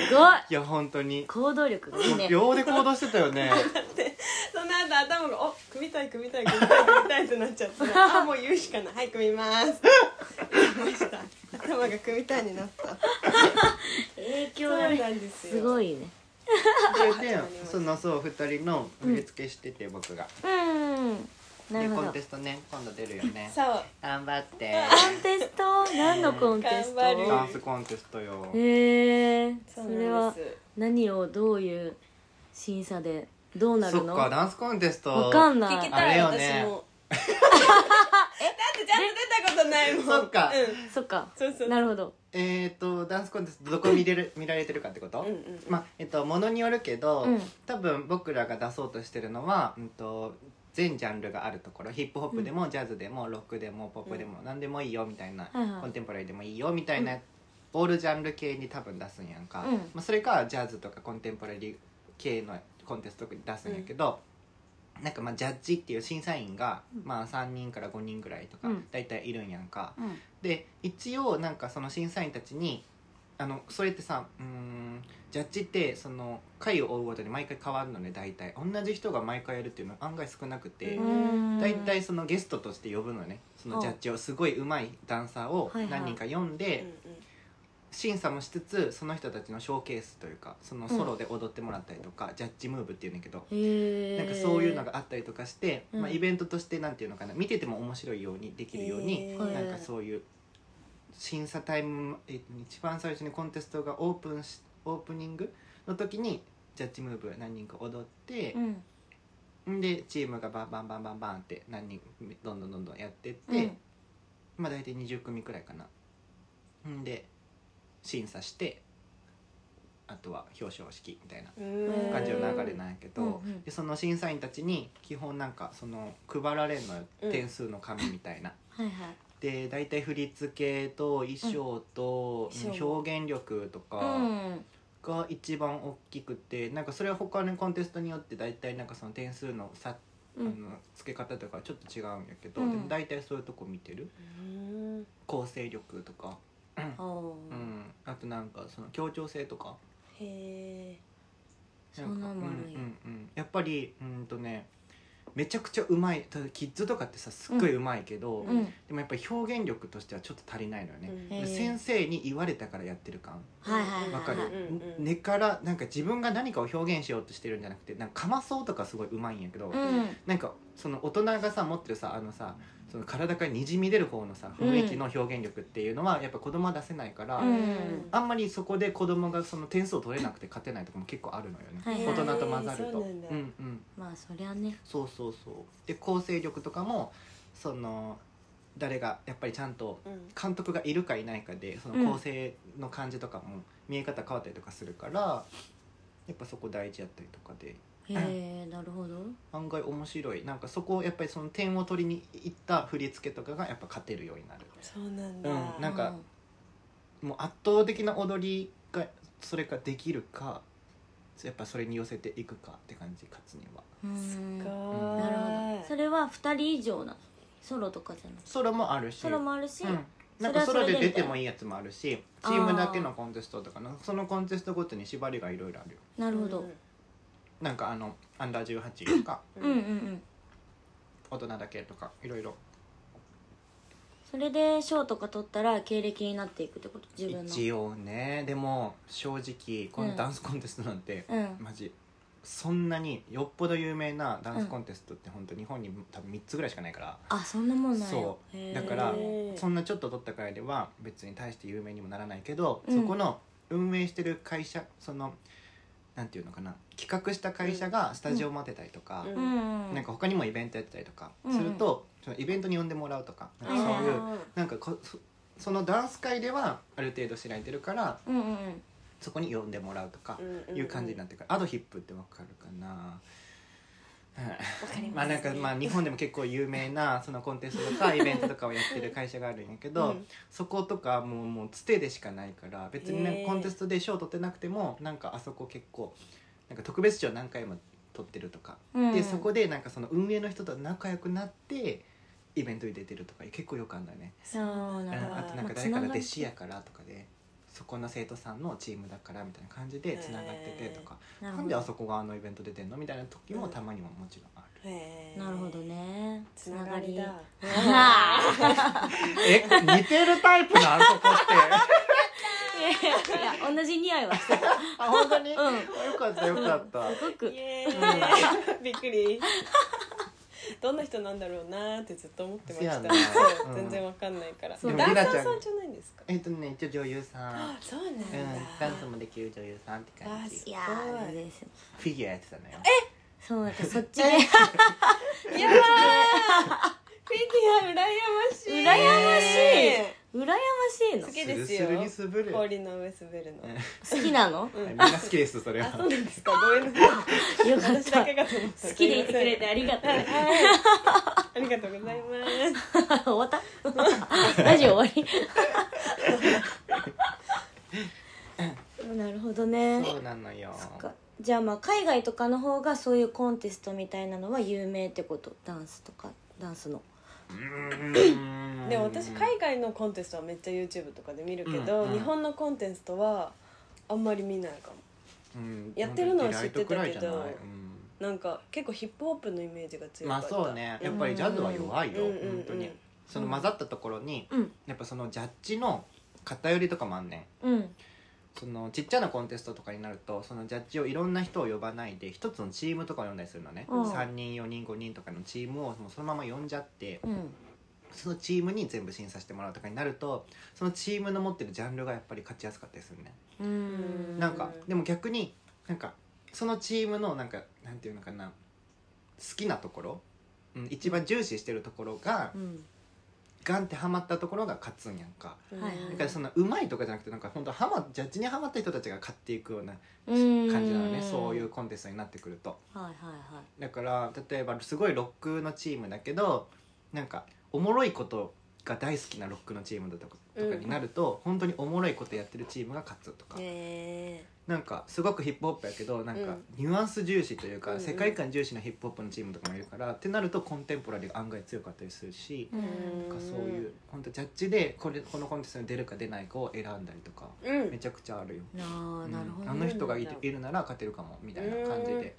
Speaker 1: や本当に
Speaker 2: 行動力がいいね
Speaker 1: 秒で行動してたよ ね
Speaker 3: その後頭が「お組みたい組みたい組みたい組みたい」ってなっち ゃって「あもう言うしかないはい組みます」組みました頭が組みたいになった
Speaker 2: 影
Speaker 3: そう
Speaker 2: 響が
Speaker 3: な
Speaker 2: ね
Speaker 3: んですよ
Speaker 2: すご
Speaker 3: い
Speaker 2: いね
Speaker 1: でそのそう2人の振り付けしてて僕が、
Speaker 2: うんな
Speaker 1: で
Speaker 2: るほ
Speaker 1: コ
Speaker 2: ど
Speaker 1: ンテストね今度出るよね
Speaker 3: そう
Speaker 1: 頑張って
Speaker 2: コンテスト何のコンテスト
Speaker 3: 頑張
Speaker 1: ダンスコンテストよ
Speaker 2: へえ
Speaker 3: そ
Speaker 2: そうれ
Speaker 3: なん
Speaker 2: は
Speaker 3: です
Speaker 2: 何をどういう審査でどうな
Speaker 1: そ
Speaker 2: る
Speaker 1: っ
Speaker 2: の
Speaker 1: かダンスコンテスト
Speaker 2: わかんない
Speaker 3: 聞きたい
Speaker 1: あれよね
Speaker 3: 私 もえだってちゃんと出たことないもん
Speaker 1: そっか
Speaker 3: うん
Speaker 2: そっか
Speaker 3: そうそう
Speaker 2: なるほど
Speaker 1: えっ、とダンスコンテストどこ見れる見られてるかってこと、
Speaker 3: うんうん
Speaker 1: まあえっとものによるけど、
Speaker 2: うん
Speaker 1: 多分僕らが出そうとしてるのは、うん、と全ジャンルがあるところヒップホップでも、ジャズでもロックでもポップでも、何でもいいよみたいな、
Speaker 2: はいはい
Speaker 1: コンテンポラリーでもいいよみたいな、オールジャンル系に多分出すんやんか、
Speaker 2: うん
Speaker 1: まあ、それかジャズとかコンテンポラリー系のコンテストに出すんやけど、なんかまあジャッジっていう審査員が、まあ、3人から5人ぐらいとか、
Speaker 2: うん
Speaker 1: だいたいいるんやんか、
Speaker 2: うん
Speaker 1: で一応なんかその審査員たちにあのそれってさうーんジャッジってその回を追うごとに毎回変わるのね大体同じ人が毎回やるっていうのは案外少なくて
Speaker 3: う、
Speaker 2: うん
Speaker 1: 大体そのゲストとして呼ぶのねそのジャッジをすごい上手いダンサーを
Speaker 2: はいはい
Speaker 1: 何人か呼んで、審査もしつつその人たちのショーケースというかそのソロで踊ってもらったりとか、ジャッジムーブっていうんだけど。
Speaker 2: へえ
Speaker 1: なんかそういうのがあったりとかして、
Speaker 2: うん
Speaker 1: まあ、イベントとしてなんていうのかな見てても面白いようにできるように
Speaker 3: へ
Speaker 2: ー
Speaker 1: なんかそういう審査タイムえ一番最初にコンテストがオープンしオープニングの時にジャッジムーブ何人か踊って
Speaker 2: う、ん
Speaker 1: んでチームがバンバンバンバンバンって何人どんどんどんどんやってって、
Speaker 2: うん
Speaker 1: まあ大体20組くらいかなんで審査してあとは表彰式みたいな
Speaker 3: うん
Speaker 1: 感じの流れなんやけど、
Speaker 2: うんうん
Speaker 1: でその審査員たちに基本なんかその配られるのよ、
Speaker 3: うん
Speaker 1: 点数の紙みたいな。
Speaker 2: はいはい
Speaker 1: で大体振り付けと衣装と、
Speaker 3: うん衣装
Speaker 1: 表現力と
Speaker 2: う
Speaker 1: か
Speaker 2: ん
Speaker 1: が一番大きくて、なんかそれは他のコンテストによって大体なんかその点数の差、
Speaker 2: う
Speaker 1: あ
Speaker 2: ん
Speaker 1: の付け方とかちょっと違うんやけど、
Speaker 2: うん
Speaker 1: でも大体そういうとこ見てる
Speaker 3: うん
Speaker 1: 構成力とか、
Speaker 2: おー
Speaker 1: うん、あとなんかその協調性とか
Speaker 3: へえ
Speaker 2: そんなんもあるんや
Speaker 1: うんうんうんやっぱりうんとねめちゃくちゃうまいただキッズとかってさすっごいうまいけど、
Speaker 2: うん
Speaker 1: でもやっぱり表現力としてはちょっと足りないのよね、
Speaker 3: うん
Speaker 2: へ
Speaker 1: で
Speaker 2: ー
Speaker 1: 先生に言われたからやってる感
Speaker 2: はいはいはい
Speaker 1: わかる、
Speaker 2: はい
Speaker 3: うんうんうん
Speaker 1: 根からなんか自分が何かを表現しようとしてるんじゃなくてなんかかまそうとかすごいうまいんやけど、
Speaker 2: うん
Speaker 1: なんかその大人がさ持ってるさあのさその体からにじみ出る方のさ雰囲気の表現力っていうのはやっぱ子供は出せないから、
Speaker 2: うん
Speaker 1: あんまりそこで子供がその点数を取れなくて勝てないとかも結構あるのよね、
Speaker 2: はいはい
Speaker 1: 大人と混ざると、
Speaker 3: そうなんだ
Speaker 1: うんうん
Speaker 2: まあそりゃね
Speaker 1: そうそうそうで構成力とかもその誰がやっぱりちゃんと
Speaker 3: うん
Speaker 1: 監督がいるかいないかでその構成の感じとかも見え方変わったりとかするから、やっぱそこ大事やったりとかで
Speaker 2: へえなるほど
Speaker 1: 案外面白いなんかそこをやっぱりその点を取りに行った振り付けとかがやっぱ勝てるようになる
Speaker 3: そうなん
Speaker 1: うんな
Speaker 3: だ
Speaker 1: んかもう圧倒的な踊りがそれができるかやっぱそれに寄せていくかって感じ勝つには
Speaker 2: うんなる
Speaker 1: ー
Speaker 3: な
Speaker 2: ほどそれは2人以上なのソロとかじゃなくて
Speaker 1: ソロもあるし
Speaker 2: ソロもあるし、
Speaker 1: うん、なんかソ
Speaker 2: それ
Speaker 1: ロ
Speaker 2: は
Speaker 1: で
Speaker 2: それで
Speaker 1: 出てもいいやつもあるし
Speaker 2: あ
Speaker 1: チ
Speaker 2: ー
Speaker 1: ームだけのコンテストとかのそのコンテストごとに縛りがいろいろあるよ
Speaker 2: なるほど、
Speaker 1: なんかあのアンダー18とか
Speaker 2: うん、うんうん
Speaker 1: 大人だけとかいろいろ
Speaker 2: それで賞とか取ったら経歴になっていくってこと自分の
Speaker 1: 一応ねでも正直こ
Speaker 2: うん
Speaker 1: のダンスコンテストなんて、
Speaker 2: うん
Speaker 1: マジそんなによっぽど有名なダンスコンテストって本当日本に多分3つぐらいしかないから、
Speaker 2: あそんなもんなんや
Speaker 1: そう
Speaker 2: へー
Speaker 1: だから
Speaker 3: へー
Speaker 1: そんなちょっと取ったからいでは別に大して有名にもならないけど、
Speaker 2: うん
Speaker 1: そこの運営してる会社そのなんていうのかな企画した会社がスタジオ持ってたりとか、
Speaker 3: うん
Speaker 2: うんうん
Speaker 1: なんか他にもイベントやってたりとか
Speaker 2: うん
Speaker 1: すると、そのイベントに呼んでもらうとかなんかそういう、
Speaker 2: あ
Speaker 1: なんかこそそのダンス界ではある程度知られてるから
Speaker 2: うんうんうん
Speaker 1: そこに呼んでもらうとかいう感じにな
Speaker 3: っ
Speaker 1: ってるから、アドヒップってわかるかな、はい
Speaker 3: てわかり
Speaker 1: ま
Speaker 3: ま
Speaker 1: あ
Speaker 3: す
Speaker 1: なんかまあ日本でも結構有名なそのコンテストとかイベントとかをやってる会社があるんやけど、
Speaker 3: うん
Speaker 1: そことかもうもうつてでしかないから別になん
Speaker 3: へえ
Speaker 1: かコンテストで賞取ってなくてもなんかあそこ結構なんか特別賞何回も取ってるとか、
Speaker 2: うん
Speaker 1: でそこでなんかその運営の人と仲良くなってイベントに出てるとか結構よくあるんだよね。
Speaker 2: そう
Speaker 1: うん
Speaker 2: なるほど
Speaker 1: あとなんか
Speaker 2: ま
Speaker 1: 誰か
Speaker 2: あつな
Speaker 1: が
Speaker 2: がり
Speaker 1: 弟子やからとかでそこの生徒さんのチームだからみたいな感じでつながっててとか、
Speaker 2: な
Speaker 1: な
Speaker 2: るほ
Speaker 1: ん
Speaker 2: ど
Speaker 1: であそこがあのイベント出てんのみたいな時もたまにはもちろんある。
Speaker 3: へー
Speaker 2: なるほどね
Speaker 3: つながりだ
Speaker 1: え似てるタイプなんそこって
Speaker 2: いや同じ匂いはしてた
Speaker 1: あ本当に、
Speaker 2: うん
Speaker 1: よかったよかった
Speaker 2: すごく
Speaker 3: イエーイびっ くりどんな人なんだろうなーってずっと思ってまし
Speaker 1: そ
Speaker 3: た
Speaker 1: うやな
Speaker 3: そう
Speaker 1: うん
Speaker 3: 全然わかんないから
Speaker 2: そう
Speaker 3: ダンサー
Speaker 1: でもリナちゃん
Speaker 3: さんじゃないんですか
Speaker 1: えっとね一応女優さん、うん、
Speaker 3: そうなんだ
Speaker 1: ダンスもできる女優さんって感
Speaker 3: あす
Speaker 2: い
Speaker 1: じ
Speaker 2: やー全然ですよ
Speaker 1: フィギュアやってたのよ
Speaker 2: そうだからそっちで
Speaker 3: やばーフィギュア羨ましい
Speaker 2: 羨ましい
Speaker 3: え
Speaker 2: 羨ましいの
Speaker 3: 好きですよ
Speaker 1: スルスルに滑
Speaker 3: ー
Speaker 1: る、
Speaker 3: 氷の上滑るの
Speaker 2: 好きなの
Speaker 1: うんみんな好きですそれ
Speaker 3: あそう
Speaker 1: は
Speaker 3: なんですかごめんなさい
Speaker 2: よかっ
Speaker 3: 私
Speaker 2: た
Speaker 3: だ
Speaker 2: 好
Speaker 3: けがと思った
Speaker 2: きでいてくれてありがとう
Speaker 3: はいありがとうございます
Speaker 2: 終わった ラジオ終わりなるほどね
Speaker 1: そうなのよ
Speaker 2: そっかじゃあまあ海外とかの方がそういうコンテストみたいなのは有名ってことダンスとかダンスの
Speaker 1: うーん
Speaker 3: でも私海外のコンテストはめっちゃ YouTube とかで見るけど、
Speaker 1: うんうん
Speaker 3: 日本のコンテストはあんまり見ないかも
Speaker 1: うん
Speaker 3: やってるのは知ってたけど
Speaker 1: ライトくらいじゃないうん
Speaker 3: なんか結構ヒップホップのイメージが強
Speaker 1: ま
Speaker 3: か
Speaker 1: あ
Speaker 3: った
Speaker 1: そうねやっぱりジャズは弱いよ、
Speaker 3: うんうんうん
Speaker 1: 本当に、その混ざったところに
Speaker 2: うん
Speaker 1: やっぱそのジャッジの偏りとかもあんねん
Speaker 2: うん
Speaker 1: そのちっちゃなコンテストとかになるとそのジャッジをいろんな人を呼ばないで一つのチームとかを呼んだりするのね、
Speaker 2: うん
Speaker 1: 3人4人5人とかのチームをもうそのまま呼んじゃって
Speaker 2: うん
Speaker 1: そのチームに全部審査してもらうとかになるとそのチームの持ってるジャンルがやっぱり勝ちやすかったりするね、
Speaker 2: うーん
Speaker 1: なんか
Speaker 3: うん
Speaker 1: でも逆になんかそのチームのなんかなんていうのかな好きなところ、うん、一番重視してるところが
Speaker 2: うん
Speaker 1: ガンってハマったところが勝つんやんか
Speaker 3: うん
Speaker 2: はい
Speaker 1: だからそんなうまいとかじゃなくてなんか本当ハマジャッジにハマった人たちが勝っていくような
Speaker 2: うーん
Speaker 1: 感じなのねそういうコンテストになってくると
Speaker 2: はいはいは
Speaker 1: だから例えばすごいロックのチームだけどなんかおもろいことが大好きなロックのチームだとかとかになると、本当におもろいことやってるチームが勝つとか、
Speaker 2: いへ
Speaker 1: なんかすごくヒップホップやけどなんかニュアンス重視というか、
Speaker 3: うんうん
Speaker 1: 世界観重視のヒップホップのチームとかもいるからってなるとコンテンポラリーが案外強かったりするし、
Speaker 2: えうん
Speaker 1: なんかそういう本当ジャッジでこれこのコンテストに出るか出ないかを選んだりとか
Speaker 3: うん
Speaker 1: めちゃくちゃあるよ。
Speaker 2: あーなるほど
Speaker 1: あ
Speaker 2: ね
Speaker 1: の人がいるいるなら勝てるかもみたいな感じで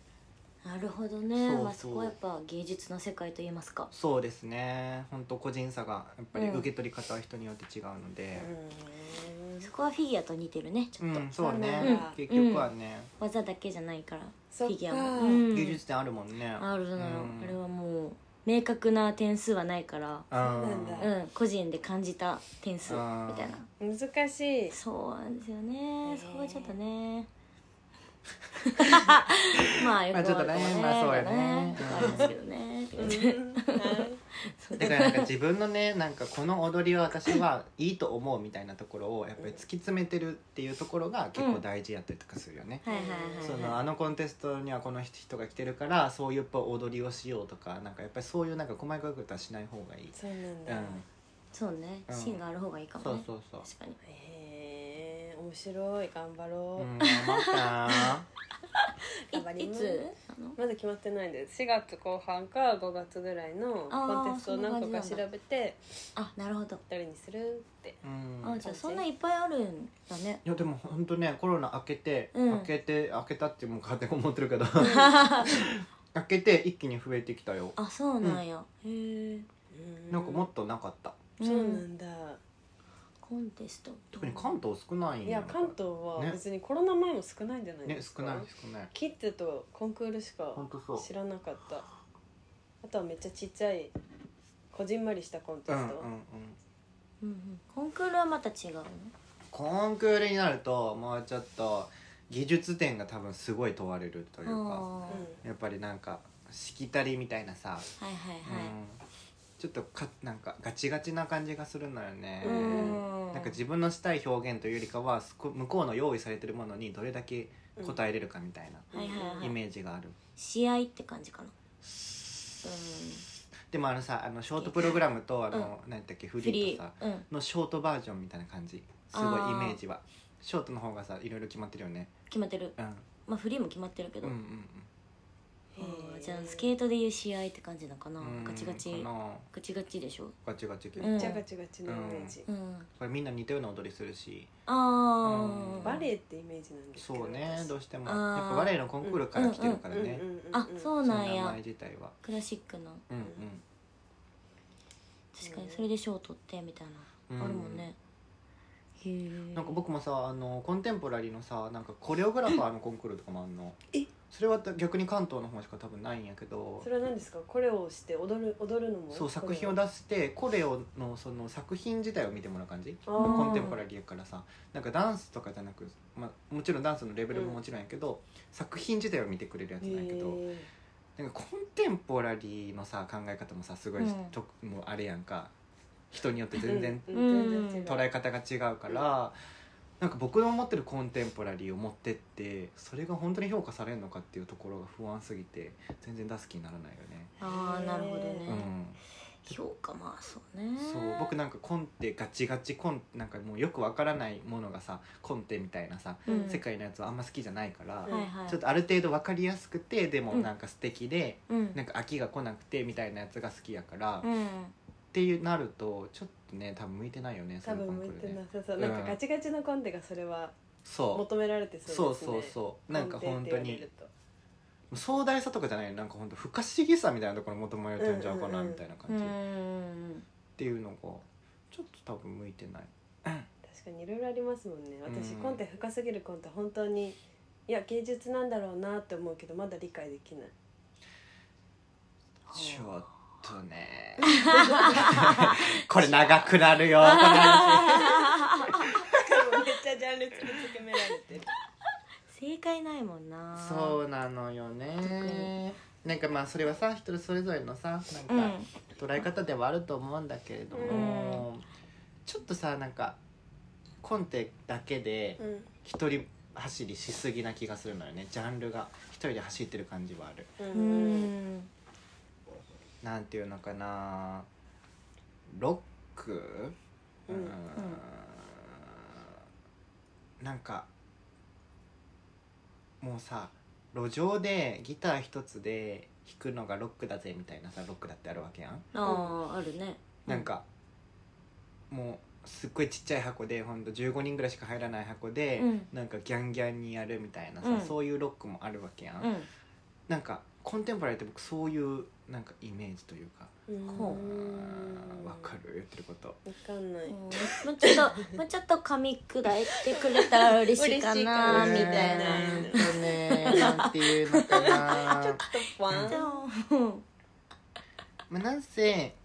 Speaker 2: なるほどね
Speaker 1: そうそう
Speaker 2: まあそこはやっぱ芸術の世界と言いますか
Speaker 1: そうですね本当個人差がやっぱり
Speaker 2: うん
Speaker 1: 受け取り方は人によって違うので
Speaker 3: うん
Speaker 2: そこはフィギュアと似てるねち
Speaker 1: う
Speaker 2: ょっ
Speaker 1: ん、
Speaker 2: と、
Speaker 1: そう
Speaker 3: うん
Speaker 1: ね結局はね、
Speaker 2: と技だけじゃないからフ
Speaker 3: そっか
Speaker 2: ィギュアも、うん
Speaker 1: 芸術点あるもんね
Speaker 2: あるのよ、
Speaker 1: うん
Speaker 2: あれはもう明確な点数はないから
Speaker 1: あー
Speaker 3: そうなんだ
Speaker 2: うん個人で感じた点数み
Speaker 1: あー
Speaker 2: たいな
Speaker 3: 難しい
Speaker 2: そうなんですよね
Speaker 3: ね
Speaker 2: そこはちょっと ねまあよく
Speaker 1: まあちょっとね
Speaker 2: あるかも
Speaker 1: まあそうやね
Speaker 2: とかありますけどね
Speaker 3: うん
Speaker 1: だからなんか自分のねなんかこの踊りは私はいいと思うみたいなところをやっぱり突き詰めてるっていうところが結構大事やったりとかするよね、
Speaker 2: はいはい
Speaker 1: そ
Speaker 2: はい
Speaker 1: の
Speaker 2: は
Speaker 1: あのコンテストにはこの人が来てるからそういうやっぱ踊りをしようとかなんかやっぱりそういうなんか細かいことはしない方がいい、
Speaker 3: そうなん
Speaker 1: う
Speaker 3: だ
Speaker 1: ん、
Speaker 2: いそうね
Speaker 1: うん
Speaker 2: 芯がある方がいいかも
Speaker 1: そう
Speaker 2: ね
Speaker 1: そうそう
Speaker 2: 確かに
Speaker 3: へえ面白い頑張ろ
Speaker 1: うん、思った
Speaker 3: う頑張
Speaker 2: い
Speaker 3: り
Speaker 2: い
Speaker 3: ます
Speaker 2: つなの
Speaker 3: まだ決まってないです4月後半か5月ぐらいのコンテストを何個か調べて
Speaker 2: あなるほど
Speaker 3: どれにするって
Speaker 1: うん
Speaker 2: あじゃあそんないっぱいあるんだね
Speaker 1: いやでも本当ねコロナ明けて、
Speaker 2: うん
Speaker 1: 明けて明けたってもう勝手に思ってるけど明けて一気に増えてきたよ
Speaker 2: あそうなんや、へえ
Speaker 1: なんかもっとなかった
Speaker 3: そうな
Speaker 2: うん
Speaker 3: んだ
Speaker 2: コンテスト
Speaker 1: 特に関東少ないん
Speaker 3: いや関東は別にコロナ前も少ないんじゃない
Speaker 1: ね
Speaker 3: です
Speaker 1: 少
Speaker 3: か
Speaker 1: ない少ない
Speaker 3: キッズとコンクールしか
Speaker 1: 本当そう
Speaker 3: 知らなかったあとはめっちゃちっちゃいこじんまりしたコンテ
Speaker 1: うんう
Speaker 3: ス
Speaker 1: んうん
Speaker 3: ト、
Speaker 2: うんうん、コンクールはまた違うの
Speaker 1: コンクールになるともうちょっと技術点が多分すごい問われるという
Speaker 2: あ
Speaker 1: か
Speaker 2: あ
Speaker 1: やっぱりなんかしきたりみたいなさ、う
Speaker 2: はいは
Speaker 1: んちょっとかなんかガチガチな感じがするのよね
Speaker 2: いはい、うん
Speaker 1: なんか自分のしたい表現というよりかはすこ向こうの用意されてるものにどれだけ答えれるかみたい
Speaker 2: はいはいは
Speaker 1: ないイメージがある、
Speaker 2: 試合って感じかな
Speaker 1: でもあのさあのショートプログラムとあの、何だっけ
Speaker 2: う
Speaker 1: フ
Speaker 2: んフ
Speaker 1: リー
Speaker 2: リ
Speaker 1: とさ
Speaker 2: ーうん
Speaker 1: のショートバージョンみたいな感じすごいイ
Speaker 2: あ
Speaker 1: メ
Speaker 2: ー
Speaker 1: ージはショートの方がさいろいろ決まってるよね
Speaker 2: 決まってる
Speaker 1: うん
Speaker 2: まあフリーも決まってるけ
Speaker 1: う
Speaker 2: ど、
Speaker 1: んう
Speaker 2: あ
Speaker 1: ん
Speaker 2: ーじゃあスケートでいう試合って感じなのかな、
Speaker 1: うん
Speaker 2: ガチガ
Speaker 1: うん
Speaker 2: チ
Speaker 1: かな
Speaker 2: ガチガチでしょ
Speaker 1: ガチガチ系、
Speaker 2: うん
Speaker 3: めっちゃガチガチのイメージ、
Speaker 2: うん
Speaker 1: これみんな似たような踊りするし
Speaker 2: ああ、
Speaker 1: うん
Speaker 3: バレエってイメージなんですけど
Speaker 1: そうね
Speaker 3: 私
Speaker 1: どうしても
Speaker 2: あ
Speaker 1: や
Speaker 2: ー
Speaker 1: っぱバレエのコンクールから来てるからね、
Speaker 3: うんうんうんうん
Speaker 2: あそう
Speaker 1: その
Speaker 2: な
Speaker 1: 名
Speaker 2: ん
Speaker 1: 前
Speaker 2: や
Speaker 1: 自体は
Speaker 2: クラシックの
Speaker 1: うんうん
Speaker 2: 確かにそれで賞を取ってみたいな、
Speaker 1: うん
Speaker 2: あるもんねへえ
Speaker 1: なんか僕もさあのコンテンポラリーのさなんかコレオグラファーのコンクールとかもあんの
Speaker 3: え
Speaker 1: それは逆に関東の方しか多分ないんやけど
Speaker 3: それは何ですかこれをして踊る踊るのも
Speaker 1: そう作品を
Speaker 3: だ
Speaker 1: 出してコレオのその作品自体を見てもらう感じ
Speaker 3: あ
Speaker 2: ー
Speaker 1: コンテンポラリーやからさなんかダンスとかじゃなく、まあ、もちろんダンスのレベルももちろんやけど、作品自体を見てくれるやつなんやけど、
Speaker 3: へ
Speaker 1: なんかコンテンポラリーのさ考え方もさすごい、
Speaker 2: うん
Speaker 1: ともうあれやんか人によって
Speaker 3: ー
Speaker 1: 全然
Speaker 3: う
Speaker 2: うん
Speaker 3: 全然違う
Speaker 1: 捉え方が違うから、なんか僕の思ってるコンテンポラリーを持ってってそれが本当に評価されるのかっていうところが不安すぎて全然出す気にならないよね。
Speaker 2: ああなるほどね、
Speaker 1: うん
Speaker 2: 評価まあそうね
Speaker 1: そう僕なんかコンテガチガチコンなんかもうよくわからないものがさコンテみたいなさ、
Speaker 2: うん
Speaker 1: 世界のやつはあんま好きじゃないから、
Speaker 2: はいはい
Speaker 1: ちょっとある程度わかりやすくてでも
Speaker 2: うん
Speaker 1: なんか素敵で、
Speaker 2: うん
Speaker 1: なんか飽きが来なくてみたいなやつが好きやから、
Speaker 2: う
Speaker 1: っ
Speaker 2: ん
Speaker 1: ていうなるとちょっとね多分向いてないよね
Speaker 3: 多
Speaker 1: そういう
Speaker 3: 分
Speaker 1: コン
Speaker 3: 向い
Speaker 1: クー
Speaker 3: て
Speaker 1: ル
Speaker 3: な
Speaker 1: ね
Speaker 3: さそうなんかガチガチのコンテがそれは
Speaker 1: そう
Speaker 3: 求められて
Speaker 1: そ
Speaker 3: そううですね
Speaker 1: そうそうなんか本当に
Speaker 3: コ
Speaker 1: 壮大さとかじゃないなんか本当不可思議さみたいなところ求められてんちゃうか
Speaker 3: うんうん
Speaker 1: な
Speaker 3: うん
Speaker 1: みたいな感
Speaker 2: う
Speaker 1: じ、っ
Speaker 2: ん
Speaker 1: ていうのがちょっと多分向いてない
Speaker 3: ンテって言われると確かにいろいろありますもんね私、
Speaker 1: うん
Speaker 3: コンテ深すぎるコンテ本当にいや芸術なんだろうなって思うけどまだ理解できない
Speaker 1: ちょっとねこれ長くなるよ この話
Speaker 3: 多分めっちゃジャンル突き詰められてる
Speaker 2: 正解ないもんな
Speaker 1: そうなのよねなんかまあそれはさ人それぞれのさ
Speaker 2: う
Speaker 1: なん
Speaker 2: ん
Speaker 1: か捉え方ではあると思うんだけれども、ちょっとさなんかコンテだけで
Speaker 3: うん
Speaker 1: 一人走りしすぎな気がするのよねジャンルが一人で走ってる感じはある
Speaker 3: う
Speaker 2: うんん
Speaker 1: なんていうのかなロック
Speaker 3: うん
Speaker 1: ーんなんかもうさ路上でギター一つで弾くのがロックだぜみたいなさロックだってあるわけやん
Speaker 2: あああるね
Speaker 1: なんかもうすっごいちっちゃい箱でほんと15人ぐらいしか入らない箱で、
Speaker 2: うん
Speaker 1: なんかギャンギャンにやるみたいなさ、
Speaker 2: うん
Speaker 1: そういうロックもあるわけやん、
Speaker 2: うん
Speaker 1: なんかコンテンポラリーって僕そういうなんかイメージというか
Speaker 3: うん
Speaker 2: こ
Speaker 1: あーわかる言ってること
Speaker 3: わかんない、
Speaker 2: うんもうちょっ ともうちょっと噛み砕いてくれたら嬉しいかなみ
Speaker 3: 嬉しいかも
Speaker 2: たいな
Speaker 1: えーとねなんていうのか な
Speaker 3: ちょっとフ
Speaker 2: じゃ
Speaker 3: ァン
Speaker 2: あ
Speaker 1: まあなんせ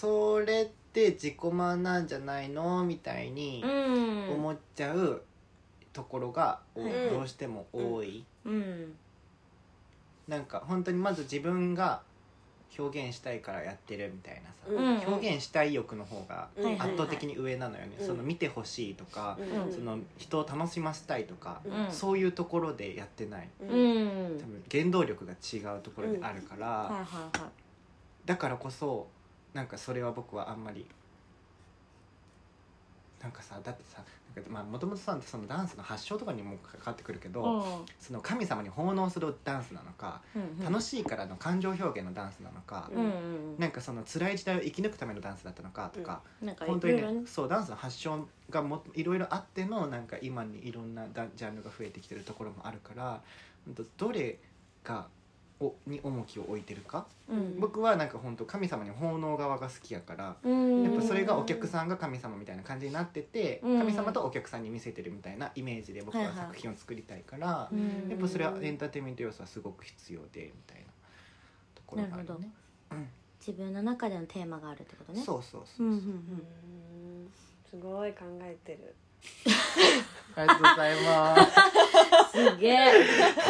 Speaker 1: それって自己満なんじゃないのみたいに
Speaker 2: うん
Speaker 1: 思っちゃうところが多い
Speaker 3: うん
Speaker 1: どうしても多い、
Speaker 2: うん
Speaker 1: なんか本当にまず自分が表現したいからやってるみたいなさ、
Speaker 3: うん
Speaker 2: うん
Speaker 1: 表現したい欲の方が
Speaker 3: うん
Speaker 1: 圧倒的に上なのよね、
Speaker 3: うん
Speaker 1: その見てほしいとか、
Speaker 2: うん
Speaker 1: その人を楽しませたいとか、
Speaker 2: うん
Speaker 1: そういうところでやってない
Speaker 3: うん
Speaker 2: うん
Speaker 1: 多分原動力が違うところであるから、
Speaker 2: はいはいは
Speaker 1: だからこそなんかそれは僕はあんまりなんかさだってさなんかまあもともとさそのダンスの発祥とかにも関わってくるけど、
Speaker 2: うん
Speaker 1: その神様に奉納するダンスなのか、
Speaker 2: うん
Speaker 1: 楽しいからの感情表現のダンスなのか、
Speaker 2: うんうん
Speaker 1: なんかその辛い時代を生き抜くためのダンスだったのかとか、
Speaker 2: なんか
Speaker 1: 本当
Speaker 2: い
Speaker 1: に
Speaker 2: ろいろ
Speaker 1: ね
Speaker 2: ね
Speaker 1: そうダンスの発祥がもいろいろあってのなんか今にいろんなダジャンルが増えてきてるところもあるからほんとどれがおに重きを置いてるか、
Speaker 2: うん
Speaker 1: 僕はなんか本当神様に奉納側が好きやから。
Speaker 2: うん
Speaker 1: やっぱそれがお客さんが神様みたいな感じになってて、
Speaker 2: うん
Speaker 1: 神様とお客さんに見せてるみたいなイメージで僕は作品を作りたいから、
Speaker 2: うん
Speaker 1: やっぱそれはエンターテインメント要素はすごく必要でみたいなところがある
Speaker 2: なるほ
Speaker 1: ね。
Speaker 2: 自分の中でのテーマがあるってことね
Speaker 1: そうそうそうう。
Speaker 2: んうんう
Speaker 3: うんんすごい考えてる
Speaker 1: ありがとうございます。
Speaker 2: すげえ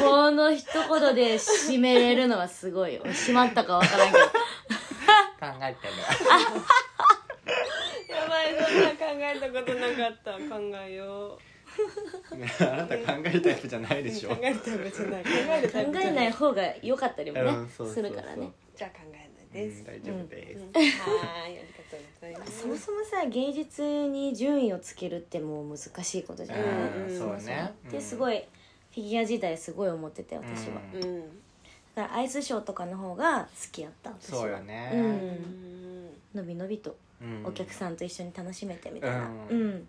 Speaker 2: この一言で締めれるのはすごいよ締まったかわからんけど
Speaker 1: 考えてる。
Speaker 3: やばいそんな考えたことなかった考えよう
Speaker 1: ねあなた考えるタイプじゃないでしょ
Speaker 3: 考。えるタイプじゃない考えるタ イ
Speaker 2: 考
Speaker 3: プじ
Speaker 2: え
Speaker 3: ゃな
Speaker 2: ないい方が良かったりもね、
Speaker 1: うんそうそうそう
Speaker 2: するからね
Speaker 3: じゃあ考えな
Speaker 1: う
Speaker 3: いです、
Speaker 1: ん大丈夫です。
Speaker 3: うんはいありがとうございます
Speaker 2: そもそもさ芸術に順位をつけるってもう難しいことじゃない、
Speaker 3: うん
Speaker 1: うんそうね。
Speaker 2: ですご
Speaker 1: い。
Speaker 2: いフィギュア時代すごい思ってて私は、
Speaker 1: うん
Speaker 3: うん
Speaker 2: だからアイスショーとかの方が好きやった私は
Speaker 1: そうよね。
Speaker 2: うん
Speaker 3: うん
Speaker 2: のびのびと
Speaker 1: うん
Speaker 2: お客さんと一緒に楽しめてみたいな
Speaker 1: う
Speaker 2: うんん、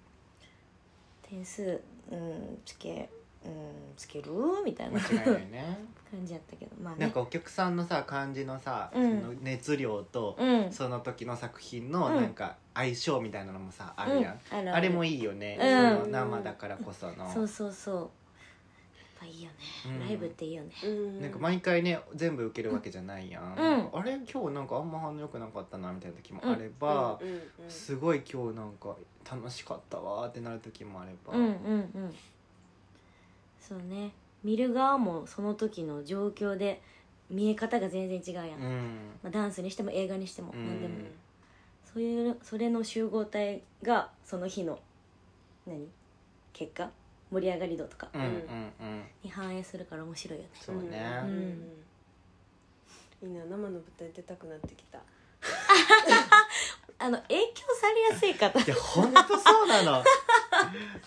Speaker 2: 点数うんつけうんつけるみたいな
Speaker 1: 間違いない ね。
Speaker 2: 感じやったけどまあね
Speaker 1: なんかお客さんのさ感じのさ、
Speaker 2: うん
Speaker 1: その熱量と、
Speaker 2: うん
Speaker 1: その時の作品の
Speaker 2: うん
Speaker 1: なんか相性みたいなのもさあるやん、
Speaker 2: うんあるある
Speaker 1: あれもいいよね、
Speaker 2: うん
Speaker 1: その生だからこその、
Speaker 2: そうそうそうやっぱいいよね、
Speaker 1: うん
Speaker 2: ライブっていいよね
Speaker 3: うん
Speaker 1: なんか毎回ね全部受けるわけじゃないやん、
Speaker 2: うん
Speaker 1: なんかあれ今日なんかあんま反応良くなかったなみたいな時もあれば、
Speaker 3: うんうんうん
Speaker 1: すごい今日なんか楽しかったわーってなる時もあれば、
Speaker 2: うんうんうんそうね見る側もその時の状況で見え方が全然違うやん、
Speaker 1: う
Speaker 2: ま
Speaker 1: ん
Speaker 2: あ、ダンスにしても映画にしても
Speaker 1: うん
Speaker 2: 何でも、そういうそれの集合体がその日の何結果盛り上がり度とか
Speaker 1: うんうんうん
Speaker 2: に反映するから面白いよね
Speaker 1: そうね、
Speaker 2: うん
Speaker 3: いいな生の舞台出たくなってきた
Speaker 2: あの影響されやすい方
Speaker 1: いや本当そうな の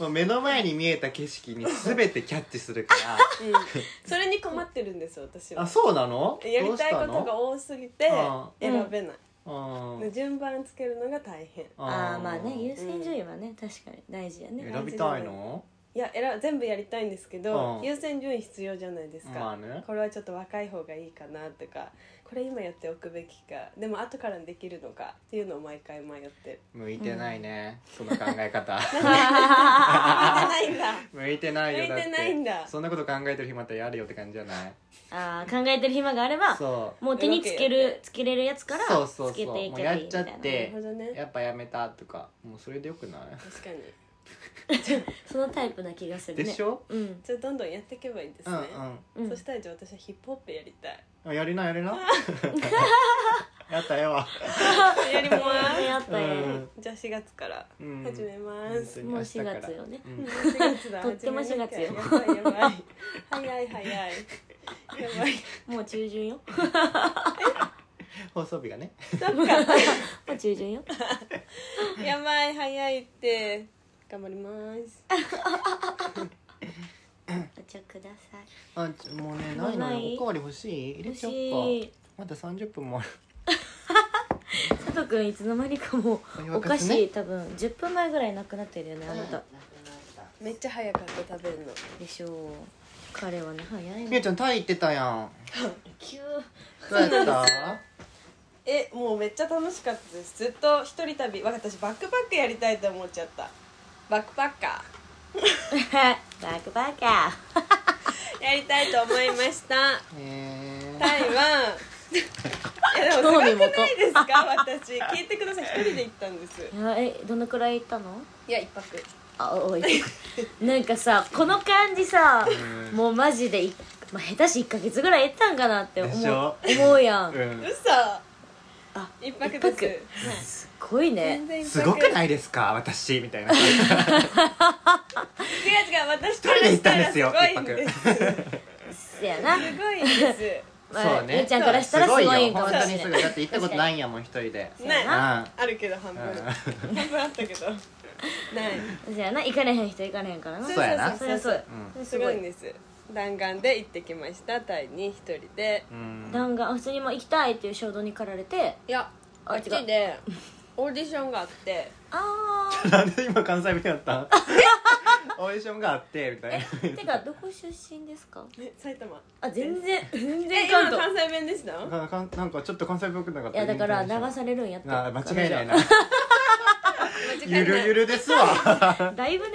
Speaker 1: もう目の前に見えた景色に全てキャッチするか
Speaker 3: うんそれに困ってるんですよ私
Speaker 1: らあ
Speaker 3: は
Speaker 1: そうなの
Speaker 3: やりたいことが多すぎて
Speaker 1: あ
Speaker 3: 選べない
Speaker 1: どうしたの
Speaker 3: で順番つけるのが大変
Speaker 1: うん
Speaker 2: ああまあ
Speaker 1: う
Speaker 2: ね
Speaker 1: ん
Speaker 2: 優先順位はね確かに大事や ね
Speaker 1: 選びたいの
Speaker 3: いや選全部やりたいんですけ
Speaker 1: う
Speaker 3: ど
Speaker 1: ん
Speaker 3: 優先順位必要じゃないですか、
Speaker 1: まあね
Speaker 3: これはちょっと若い方がいいかなとかこれ今やっておくべきかでも後からできるのかっていうのを毎回迷ってる
Speaker 1: 向いてないね、その考え 方
Speaker 3: あないん だ
Speaker 1: 向いてないよだって
Speaker 3: 向いてないんだ
Speaker 1: そんなこと考えてる暇ってやるよって感じじゃない
Speaker 2: ああ考えてる暇があれば
Speaker 1: そ
Speaker 2: もう手につけるつけれるやつから
Speaker 1: そうそうそう
Speaker 2: つけてい
Speaker 1: もう
Speaker 2: けば
Speaker 1: や
Speaker 2: いい
Speaker 1: っ
Speaker 2: み
Speaker 1: ち
Speaker 2: た
Speaker 1: ゃ
Speaker 2: い
Speaker 1: っ
Speaker 2: な
Speaker 1: て
Speaker 3: なるほど
Speaker 1: う
Speaker 3: ね
Speaker 1: やっぱやめたとかもうそれでよくない
Speaker 3: 確かに
Speaker 2: そのタイプな気がするね
Speaker 1: でしょ
Speaker 2: うん
Speaker 3: じゃあどんどんやっていけばいいんです
Speaker 1: うん
Speaker 3: ね、
Speaker 2: うん
Speaker 3: そしたらじゃあ私はヒップホップやりたい
Speaker 1: うんやりなやりな やったらええわ
Speaker 3: やります
Speaker 2: やったよ
Speaker 1: うん
Speaker 3: じゃあ4月から
Speaker 1: うん
Speaker 3: 始めま
Speaker 1: 本
Speaker 3: す、
Speaker 1: 当
Speaker 3: う
Speaker 1: に
Speaker 2: もう
Speaker 1: 明日から
Speaker 2: 4月よね
Speaker 1: うん
Speaker 3: 4月だ
Speaker 2: とっても
Speaker 3: 始めなきゃ
Speaker 2: 4
Speaker 3: やばいやばい早い早いやばい
Speaker 2: もう中旬よ
Speaker 1: 放送日がね
Speaker 2: もう中旬よ
Speaker 3: やばい早いって頑張ります
Speaker 2: お茶ください
Speaker 1: あちょもうねないの
Speaker 2: な
Speaker 1: よ
Speaker 2: い
Speaker 1: おかわり欲しい入れ
Speaker 2: 欲
Speaker 1: ちゃ
Speaker 2: し
Speaker 1: おうか
Speaker 2: い
Speaker 1: まだ30分もある
Speaker 2: 佐藤君いつの間にかも
Speaker 1: お湯
Speaker 2: う
Speaker 1: 沸
Speaker 2: お
Speaker 1: か
Speaker 2: 菓
Speaker 1: す
Speaker 2: 子、
Speaker 1: ね
Speaker 2: 多分10分前ぐらいなくなってるよねあなた、
Speaker 3: めっちゃ早かった食べるの
Speaker 2: でしょう彼はね早い
Speaker 1: みゆ
Speaker 2: ね
Speaker 1: ちゃんタイ行ってたやん
Speaker 2: 急
Speaker 1: どうやった
Speaker 3: えもうめっちゃ楽しかったですずっと一人旅わかった私バックパックやりたいと思っちゃったバックパッカ
Speaker 2: バックバッカー
Speaker 3: ーやりたいと思いました
Speaker 1: えー
Speaker 3: タイはいやでもすごくないです か私聞いてください一人で行ったんです
Speaker 2: いやえどのくらい行ったの
Speaker 3: いや一泊
Speaker 2: あおい なんかさこの感じさ
Speaker 1: うん
Speaker 2: もうマジでい、まあ、下手し1か月ぐらい行ったんかなって思
Speaker 1: でしょ
Speaker 2: う思うやん、
Speaker 1: うん
Speaker 3: 嘘
Speaker 2: あ
Speaker 3: 一泊です
Speaker 2: 一すごいね
Speaker 3: 全然一泊
Speaker 1: すごくないですか私みたいな
Speaker 3: 違う違う私一
Speaker 1: 人で行ったんですよ
Speaker 3: すごいんです す
Speaker 2: せやな、
Speaker 3: ごいんです
Speaker 2: まあ
Speaker 1: そうね
Speaker 2: ゆうちゃんからしたらすごいんかも
Speaker 1: 本
Speaker 2: し
Speaker 1: 当
Speaker 2: れ
Speaker 1: にす
Speaker 2: ない
Speaker 1: ごいだって行ったことないんやもん一人で
Speaker 3: ね
Speaker 1: うん
Speaker 3: あるけど半分
Speaker 1: うん
Speaker 3: 半分あったけどない
Speaker 2: そうやな行かれへん人行かれへんからな
Speaker 1: そうやな
Speaker 2: そりゃそうや
Speaker 1: うん
Speaker 2: それ
Speaker 3: す
Speaker 2: す
Speaker 3: ご
Speaker 2: ご
Speaker 3: いん
Speaker 2: い
Speaker 3: です弾丸で行ってきましたタイに一人で
Speaker 1: うん
Speaker 2: 弾丸普通にもう行きたいっていう衝動に駆られて
Speaker 3: いや
Speaker 2: あ
Speaker 3: あっちでオーディションがあって
Speaker 2: あ
Speaker 1: なんで今関西弁やったんオーディションがあってみたいな
Speaker 2: ーてかどこ出身ですか
Speaker 3: え埼玉
Speaker 2: あ全然全
Speaker 3: え
Speaker 2: 然
Speaker 3: 今
Speaker 2: 関
Speaker 3: の関
Speaker 2: 東
Speaker 3: 西弁でした
Speaker 1: なんかなんかちょっと関西っぽくなかっ
Speaker 2: い
Speaker 1: た
Speaker 2: やだから
Speaker 1: イン
Speaker 2: 流
Speaker 1: トネーシ
Speaker 2: されるんやって
Speaker 1: ョンあ間違いないな
Speaker 3: 間違
Speaker 1: ゆ
Speaker 3: いな
Speaker 1: る
Speaker 3: い
Speaker 1: ゆるですわ
Speaker 2: だいぶね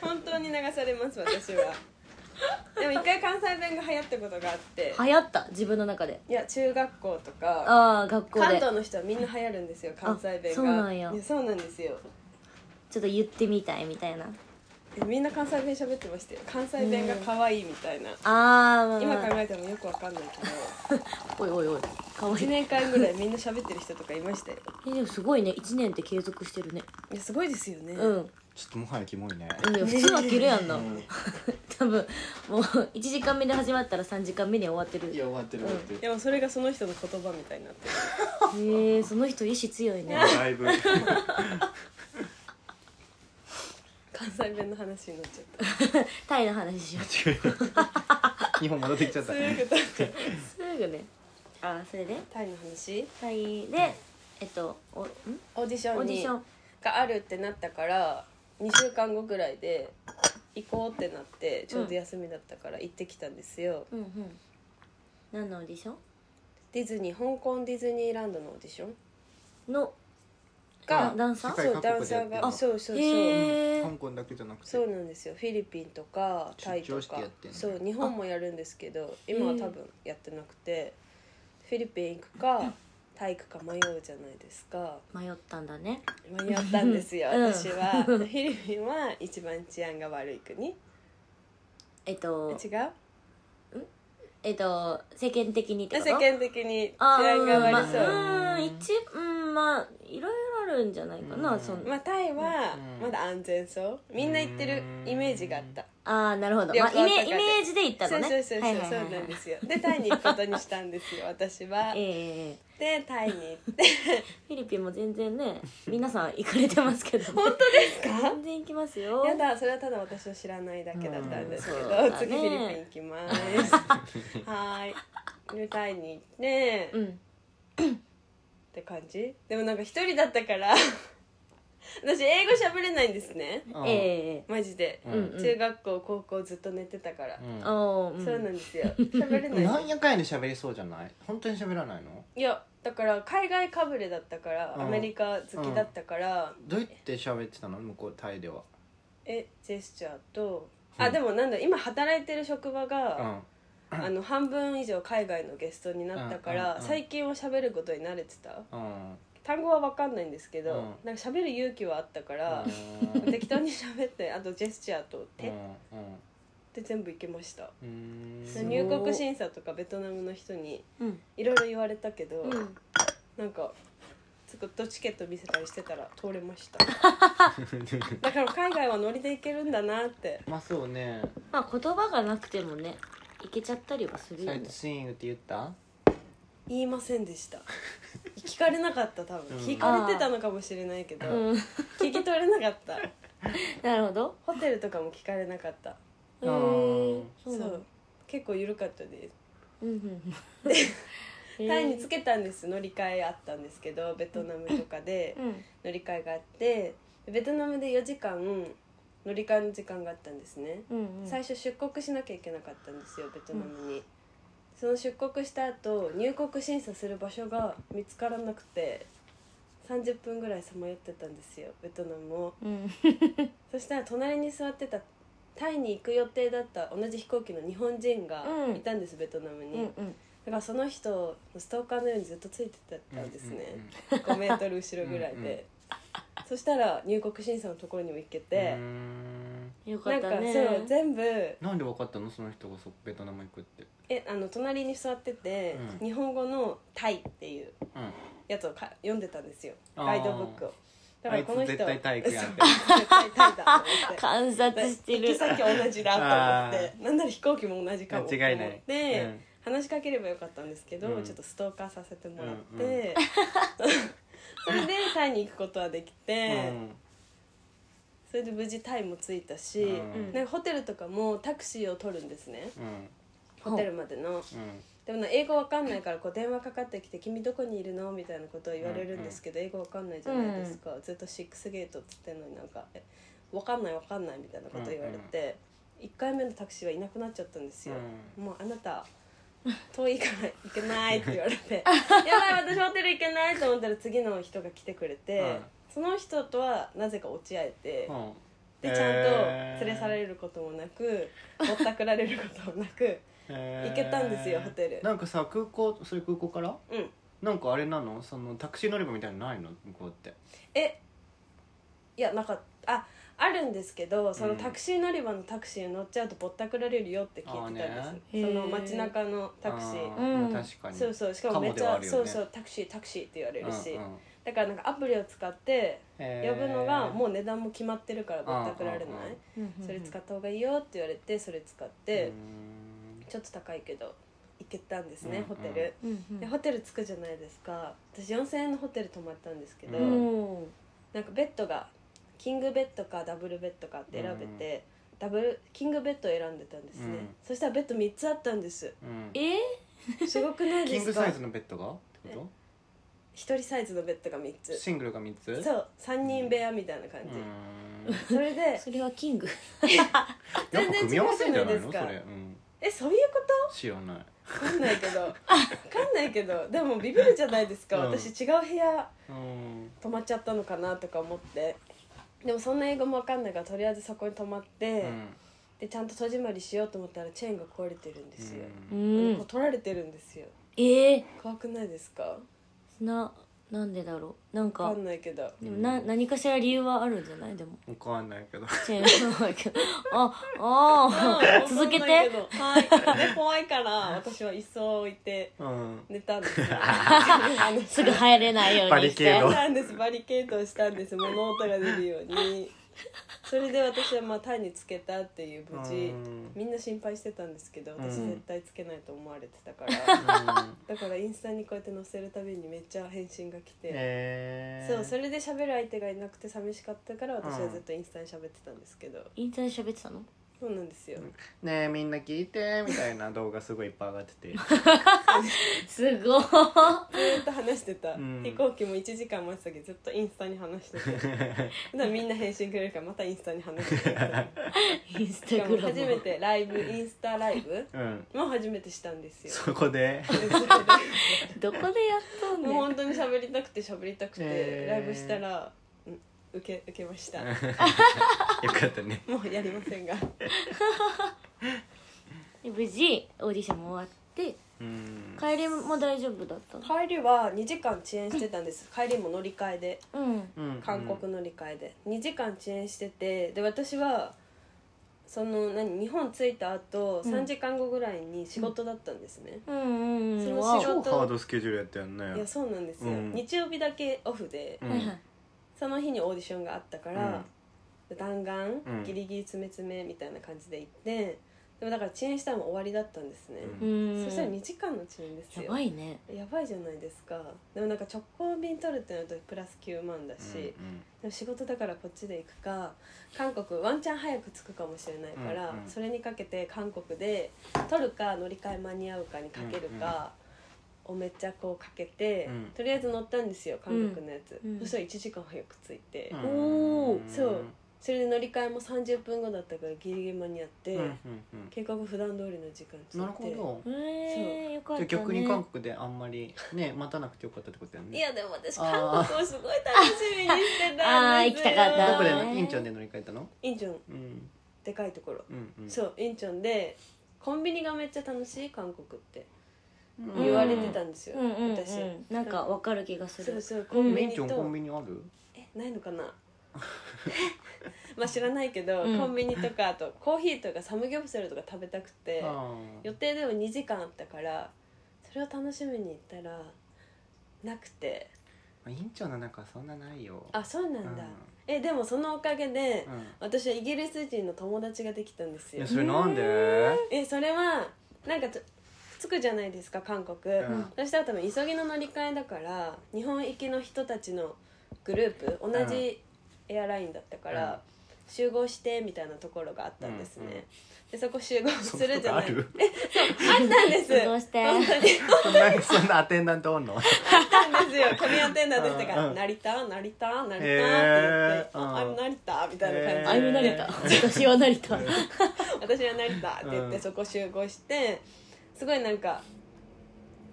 Speaker 3: 本当に流されます私 はでも一回関西弁が流行ったことがあって
Speaker 2: 流行った自分の中で
Speaker 3: いや中学校とか
Speaker 2: ああ学校
Speaker 3: 関
Speaker 2: で
Speaker 3: 東の人はみんな流行るんですよ関西弁が
Speaker 2: あそうなんや
Speaker 3: いそうなんですよ
Speaker 2: ちょっと言ってみたいみたいな
Speaker 3: えみんな関西弁喋ってましたよ関西弁が可愛いみたいな、
Speaker 2: あー
Speaker 3: 今
Speaker 2: まあ
Speaker 3: 考
Speaker 2: まあ
Speaker 3: えてもよくわかんないけど
Speaker 2: おいおいおいかわい
Speaker 3: 1
Speaker 2: い
Speaker 3: 年間ぐらいみんな喋ってる人とかいましたよ
Speaker 2: えでもすごいね1年って継続してるね
Speaker 3: いやすごいですよね、
Speaker 2: うん、うん、
Speaker 1: ちょっともはやキモいね
Speaker 2: 普通は切るやんな、
Speaker 1: うん
Speaker 2: 多分もう1時間目で始まったら3時間目には終わって
Speaker 1: い
Speaker 2: る
Speaker 1: や終わってる終わってる
Speaker 3: でもそれがその人の言葉みたいになってる
Speaker 2: へえその人意志強いね
Speaker 1: だいぶ
Speaker 3: 関西弁の話になっちゃった
Speaker 2: タイの話しよう
Speaker 1: 日本戻ってきちゃった
Speaker 3: すぐだって
Speaker 2: すぐねあそれで
Speaker 3: タイの話
Speaker 2: タイでえっとおん
Speaker 3: オーディショ
Speaker 2: オ
Speaker 3: ン
Speaker 2: ーディ
Speaker 3: に
Speaker 2: ション
Speaker 3: があるってなったから2週間後ぐらいで行こうってなってちょうど休みだったから行ってきたんですよ、
Speaker 2: うんうん何のオーディショ
Speaker 3: ディズニー香港ディズニーランドのオーディション
Speaker 2: ンの
Speaker 3: が
Speaker 2: ダンサー
Speaker 1: 世界
Speaker 3: そうダ
Speaker 1: 各
Speaker 3: ン
Speaker 1: 国
Speaker 3: サ
Speaker 1: でやっ
Speaker 3: ー
Speaker 1: てる
Speaker 3: が
Speaker 1: の
Speaker 3: そうそうそう、
Speaker 2: へえ
Speaker 1: 香港だけじゃなくて
Speaker 3: そうなんですよフィリピンとかタイと
Speaker 1: 出張し
Speaker 3: か
Speaker 1: てやってんの
Speaker 3: そう日本もやるんですけど今は多分やってなくてフィリピン行くかタイ行くか迷うじゃないですか
Speaker 2: 迷ったんだね
Speaker 3: 迷ったんですよ
Speaker 2: うん
Speaker 3: 私はフィリピンは一番治安が悪い国
Speaker 2: えっと
Speaker 3: 違う
Speaker 2: えっと世間的にってこと
Speaker 3: 世間的に治
Speaker 2: あー
Speaker 3: 安が悪そうう
Speaker 2: まあ、うん一うんまあいろいろあるんじゃないかな、
Speaker 1: うん
Speaker 2: その
Speaker 3: まあタイは
Speaker 1: うん
Speaker 3: まだ安全そうみんな行ってるイメージがあった
Speaker 2: ああなるほど、
Speaker 3: 旅
Speaker 2: ま
Speaker 3: 行
Speaker 2: あ、イ
Speaker 3: とか
Speaker 2: メ
Speaker 3: で
Speaker 2: イメージで行ったの
Speaker 3: そう
Speaker 2: ね
Speaker 3: そうそうそうそ
Speaker 2: は
Speaker 3: う
Speaker 2: いはいはい
Speaker 3: なんですよでタイに行くことにしたんですよ私は
Speaker 2: ええ
Speaker 3: でタイに行って
Speaker 2: フィリピンも全然ね皆さん行かれてますけど、ね、本当ですか全然行きますよ
Speaker 3: やだそれはただ私の知らないだけだったんですけど、
Speaker 2: うんそうだね
Speaker 3: 次フィリピン行きますはーいでタイに行って、
Speaker 2: う
Speaker 3: っ
Speaker 2: ん
Speaker 3: て感じでもなんか一人だったから 私英語喋れないんですね
Speaker 1: うん
Speaker 2: ええ
Speaker 3: マジで、
Speaker 1: うん
Speaker 2: うん
Speaker 3: 中学校高校ずっと寝てたから、
Speaker 1: うん
Speaker 2: おーうん
Speaker 3: そうなんですよ喋れない
Speaker 1: なんやかんやで喋りそうじゃない本当に喋らないの
Speaker 3: いやだから海外かぶれだったから、
Speaker 1: うん
Speaker 3: アメリカ好きだったから、
Speaker 1: どうやって喋ってたの向こうタイでは
Speaker 3: えジェスチャーと、
Speaker 1: う
Speaker 3: あ
Speaker 1: ん
Speaker 3: でもなんだ今働いてる職場が、
Speaker 1: うん
Speaker 3: あの半分以上海外のゲストになったから、
Speaker 1: うんうんうん
Speaker 3: 最近は喋ることに慣れてた
Speaker 1: うん
Speaker 3: 単語は分かんないんですけど、
Speaker 1: うん
Speaker 3: なんか喋る勇気はあったから、
Speaker 1: うん
Speaker 3: 適当に喋ってあとジェスチャーと手
Speaker 1: う
Speaker 3: っ
Speaker 1: んうん
Speaker 3: て全部いけました、
Speaker 1: うん
Speaker 2: すごい
Speaker 3: 入国審査とかベトナムの人に
Speaker 2: うん
Speaker 3: いろいろ言われたけど、
Speaker 2: うん
Speaker 3: なんかちょっとチケット見せたりしてたら通れましただから海外はノリで行けるんだなって
Speaker 1: まあそうね
Speaker 2: まあ言葉がなくてもね行けちゃったりはするよ
Speaker 1: サイ
Speaker 2: ね
Speaker 1: トスイングって言った
Speaker 3: 言いませんでした聞かれなかった多分、
Speaker 1: うん
Speaker 3: 聞かれてたのかもしれないけど、
Speaker 2: うん
Speaker 3: 聞き取れなかった
Speaker 2: なるほど
Speaker 3: ホテルとかも聞かれなかった
Speaker 2: う
Speaker 1: あ
Speaker 2: ー
Speaker 1: ー
Speaker 2: ん
Speaker 3: そう
Speaker 2: なの
Speaker 3: 結構緩かったです、
Speaker 2: うんうん うん
Speaker 3: タイにつけたんです乗り換えあったんですけどベトナムとかで
Speaker 2: うん
Speaker 3: 乗り換えがあってベトナムで4時間乗り換えの時間があったんですね、
Speaker 2: うんうん
Speaker 3: 最初出国しなきゃいけなかったんですよベトナムに、その出国した後入国審査する場所が見つからなくて30分ぐらいさまよってたんですよベトナムを
Speaker 2: うん
Speaker 3: そしたら隣に座ってたタイに行く予定だった同じ飛行機の日本人が
Speaker 2: うん
Speaker 3: いたんです、ベトナムに、
Speaker 2: うん
Speaker 3: だ
Speaker 2: うん
Speaker 3: からその人のストーカーのようにずっとついてたんですね、
Speaker 1: う
Speaker 3: 5メートル後ろぐらいで
Speaker 1: うんうん
Speaker 3: そしたら入国審査のところにも行け
Speaker 1: んうん
Speaker 3: て
Speaker 1: う、ん
Speaker 2: よか
Speaker 3: な
Speaker 2: っ
Speaker 3: んか
Speaker 2: た
Speaker 3: そう
Speaker 2: ね
Speaker 3: 全部
Speaker 1: なんで分かったのその人がそベトナム行くって
Speaker 3: えあの隣に座ってて、
Speaker 1: うん
Speaker 3: 日本語の「タイ」っていう
Speaker 1: うん
Speaker 3: やつをか読んでたんですよ
Speaker 1: あー
Speaker 3: ガイドブックを
Speaker 1: あ
Speaker 3: だから
Speaker 1: い
Speaker 3: この
Speaker 1: つ
Speaker 3: 人
Speaker 1: 絶対タイ行くやんって
Speaker 3: そう絶対タイだと思って
Speaker 2: 観察して
Speaker 3: 行き
Speaker 2: る
Speaker 3: 先同じだと思ってなんなら飛行機も同じかもと思
Speaker 1: 間違いない
Speaker 3: ってで、
Speaker 1: うん
Speaker 3: 話しかければよかったんですけど、
Speaker 1: うん
Speaker 3: ちょっとストーカーさせてもらって、
Speaker 1: うんうん
Speaker 3: それでタイに行くことはできて、
Speaker 1: うん
Speaker 3: それで無事タイも着いたし、
Speaker 1: うん
Speaker 3: なんかホテルとかもタクシーを取るんですね
Speaker 1: うん
Speaker 3: ホテルまで
Speaker 1: う
Speaker 3: の
Speaker 1: ん
Speaker 3: でもな英語わかんないからこう電話かかってきて「君どこにいるの?」みたいなことを言われるんですけど、英語わかんないじゃないですか、ずっとシックスゲートっつってんのになんか「えわかんないわかんない」みたいなこと言われて、1回目のタクシーはいなくなっちゃったんですよ、もうあなた遠いから行けないって言われ てやばい私ホテル行けないと思ったら次の人が来てくれて、
Speaker 1: うん
Speaker 3: その人とはなぜか落ち合えて、
Speaker 1: うん
Speaker 3: でちゃんと連れ去られることもなくぼったくられることもなく
Speaker 1: 行
Speaker 3: 行けたんですよホテル
Speaker 1: なんかさ空港そういう空港から
Speaker 3: うん
Speaker 1: なんかあれなのそのタクシー乗り場みたいなのないの向こうって
Speaker 3: えいやなんかったああるんですけどそのタクシー乗り場のタクシーに乗っちゃうとぼったくられるよって聞いてたんです、
Speaker 1: あ
Speaker 2: ーね
Speaker 3: その街中のタクシ
Speaker 1: あ
Speaker 3: ー
Speaker 2: うん
Speaker 1: まあ確かに
Speaker 3: そうそうしかもめっち
Speaker 1: かもではあ
Speaker 3: ゃ、
Speaker 1: るよ
Speaker 3: そ
Speaker 1: ね
Speaker 3: うそうタクシータクシーって言われるし、
Speaker 1: うんうん
Speaker 3: だからなんかアプリを使って
Speaker 1: へ
Speaker 3: 呼
Speaker 1: ー
Speaker 3: ぶのがもう値段も決まってるからぼったくられない
Speaker 1: うんうんうん
Speaker 3: それ使った方がいいよって言われてそれ使って
Speaker 1: うー、ん
Speaker 3: ちょっと高いけど行けたんです
Speaker 1: う
Speaker 3: ね、
Speaker 1: んうん
Speaker 3: ホテル、
Speaker 2: うんうん
Speaker 3: でホテル着くじゃないですか私4000円のホテル泊まったんですけど、
Speaker 1: うん
Speaker 2: おー
Speaker 3: なんかベッドがキングベッドかダブルベッドかって選べて、ダブルキングベッドを選んでたんですね、
Speaker 1: うん
Speaker 3: そしたらベッド3つあったんです
Speaker 1: うん
Speaker 2: え
Speaker 3: すごくない
Speaker 1: キ
Speaker 3: で
Speaker 1: ング
Speaker 3: すか
Speaker 1: サイズ
Speaker 3: 1
Speaker 1: のベッドがってこ
Speaker 3: 人サイズのベッドが3
Speaker 1: と
Speaker 3: つ
Speaker 1: シングルが3つ
Speaker 3: そう3人部屋みたいな感
Speaker 1: う
Speaker 3: じ、
Speaker 1: ーん
Speaker 3: それで
Speaker 2: それはキング
Speaker 1: やっぱ組み合わせんじゃない
Speaker 3: 全然違う
Speaker 1: の
Speaker 3: じ
Speaker 1: そ
Speaker 3: ゃない
Speaker 1: れうん
Speaker 3: えそういうこと
Speaker 1: 知らない
Speaker 3: わかんないけどわかんないけどでもビビるじゃないですか、
Speaker 1: うん
Speaker 3: 私違う部屋
Speaker 1: うん
Speaker 3: 泊まっちゃったのかなとか思ってでもそんな英語もわかんないからとりあえずそこに泊まって、
Speaker 1: うん
Speaker 3: でちゃんと戸締まりしようと思ったらチェーンが壊れてるんですよ、
Speaker 1: う
Speaker 2: うん
Speaker 3: でこうん取られてるんですよ
Speaker 2: ええ
Speaker 3: 怖くないですか
Speaker 2: ななんでだろうなん
Speaker 3: わ
Speaker 2: か
Speaker 3: かんないけど
Speaker 2: でもな何かしら理由はあるんじゃないでも
Speaker 1: わかんないけど
Speaker 2: チェーンソーだけどああー 続けて
Speaker 3: はい で怖いから私は椅子を置いて
Speaker 1: うん
Speaker 3: 寝た んですよ
Speaker 2: すぐ入れないようにし
Speaker 1: バリケ
Speaker 2: て
Speaker 1: ード
Speaker 3: したんですバリケードをしたんです物音が出るようにそれで私はまあタイにつけたっていう無事、
Speaker 1: うん
Speaker 3: みんな心配してたんですけど私
Speaker 1: うん
Speaker 3: 絶対つけないと思われてたから、
Speaker 1: うん
Speaker 3: だからインスタにこうやって載せるたびにめっちゃ返信が来て、
Speaker 1: へー
Speaker 3: そうそれで喋る相手がいなくて寂しかったから私はずっとインスタに喋ってたんですけど、
Speaker 2: インスタで喋ってたの
Speaker 3: そうなんですよ
Speaker 1: ねえみんな聞いてみたいな動画すごいいっぱい上がって て
Speaker 2: すごい
Speaker 3: ずっと話してた、
Speaker 1: うん
Speaker 3: 飛行機も1時間待ってたけどずっとインスタに話して て普段みんな返信くれるからまたインスタに話 してた
Speaker 2: インス
Speaker 3: し
Speaker 2: タ
Speaker 3: か
Speaker 2: グ
Speaker 3: も
Speaker 2: ラム
Speaker 3: 初めてライブインスタライ ブ
Speaker 1: うん
Speaker 3: も初めてしたんですよ
Speaker 1: そこで
Speaker 2: どこでやった
Speaker 3: もう
Speaker 2: の
Speaker 3: 本当に喋りたくて喋りたくて、
Speaker 1: へー
Speaker 3: ライブしたら、うん、受け受け ました
Speaker 1: よかったね
Speaker 3: もうやりませんが
Speaker 2: 無事オーディションも終わって
Speaker 1: うん
Speaker 2: 帰りも大丈夫だったの
Speaker 3: 帰りは2時間遅延してたんです帰りも乗り換えで
Speaker 2: うん
Speaker 1: うん
Speaker 3: 韓国乗り換えで、2時間遅延しててで私はその何日本着いた後
Speaker 2: うん
Speaker 3: 3時間後ぐらいに仕事だったんですね、
Speaker 2: うんうんう
Speaker 3: そ
Speaker 2: ん
Speaker 3: の
Speaker 2: わお
Speaker 3: 仕事
Speaker 1: 超ハードスケジュールやったよね
Speaker 3: いやそうなんですよ、
Speaker 1: うん
Speaker 3: 日曜日だけオフで、
Speaker 1: うん
Speaker 2: はいはい
Speaker 3: その日にオーディションがあったから、弾丸
Speaker 1: うん
Speaker 3: ギリギリ詰め詰めみたいな感じで行ってでもだから遅延したのも終わりだったんですね、
Speaker 1: うん
Speaker 2: うん
Speaker 3: そしたら2時間の遅延ですよ
Speaker 2: やばいね
Speaker 3: やばいじゃないですかでもなんか直行便取るってなるとプラス9万だし、
Speaker 1: うん
Speaker 3: でも仕事だからこっちで行くか韓国ワンチャン早く着くかもしれないから、
Speaker 1: うんうん
Speaker 3: それにかけて韓国で取るか乗り換え間に合うかにかけるかをめっちゃこうかけて、
Speaker 1: うん
Speaker 3: とりあえず乗ったんですよ韓国のやつ、
Speaker 2: うん
Speaker 3: そしたら1時間早く着いて、
Speaker 1: うん
Speaker 2: おー
Speaker 1: ん
Speaker 3: そうそれで乗り換えも30分後だったからギリギリ間に合って、
Speaker 1: うんうん
Speaker 3: 計画普段通りの時間
Speaker 1: うんなる
Speaker 3: 着いて
Speaker 1: ほ
Speaker 2: えーよか
Speaker 1: ど
Speaker 2: っ
Speaker 1: じゃ
Speaker 2: た
Speaker 1: あ逆
Speaker 2: ね
Speaker 1: に韓国であんまりね待たなくてよかったってことだよね
Speaker 3: いやでも私
Speaker 1: あー
Speaker 3: 韓国をすごい楽しみにしてたんですよ
Speaker 2: あー行きたかった
Speaker 1: どこでのインチョンで乗り換えたの
Speaker 3: インチョン
Speaker 1: うん
Speaker 3: でかいところ、
Speaker 1: うんうん
Speaker 3: そうインチョンでコンビニがめっちゃ楽しい韓国って
Speaker 1: うん
Speaker 3: 言われてたんですよ、
Speaker 2: うんうんう
Speaker 3: 私
Speaker 2: んなんかわかる気がす
Speaker 3: そう
Speaker 2: る
Speaker 3: そうコンビ
Speaker 1: イン
Speaker 3: ニ
Speaker 1: チョ
Speaker 3: と、
Speaker 1: ンコンビニある
Speaker 3: えないのかな まあ知らないけど、
Speaker 2: うん
Speaker 3: コンビニとかあとコーヒーとかサムギョプサルとか食べたくて
Speaker 1: あー
Speaker 3: 予定でも2時間あったからそれを楽しみに行ったらなくて
Speaker 1: インチョンの中そんなないよ
Speaker 3: あそうな
Speaker 1: うん
Speaker 3: だ、えでもそのおかげで、
Speaker 1: うん
Speaker 3: 私はイギリス人の友達ができたんです
Speaker 1: い
Speaker 3: よ
Speaker 1: やそれなんで
Speaker 3: えそれはなんかちょ着くじゃないですか韓国、
Speaker 1: うん
Speaker 3: そしたら多分急ぎの乗り換えだから日本行きの人たちのグループ同じエアラインだったから、集合してみたいなところがあったんですね、
Speaker 1: うんうん
Speaker 3: でそこ集合するじ
Speaker 1: そんなことあ
Speaker 3: ゃない
Speaker 1: る
Speaker 3: あったんです
Speaker 2: 集合して
Speaker 3: 本当に
Speaker 1: そんな そんなアテンダントおん の
Speaker 3: あった んですよ神アテンダーでしたか
Speaker 1: うん
Speaker 3: ら「成田成田成田」って言って
Speaker 1: へーう
Speaker 3: 「
Speaker 1: ん
Speaker 3: あ I'm 成田」みたいな
Speaker 2: あ
Speaker 3: 感じ
Speaker 1: へー
Speaker 2: ゆなれた私はなれ た
Speaker 3: 私は成田って言っ
Speaker 1: う
Speaker 3: て
Speaker 1: ん
Speaker 3: そこ集合してすごいなんか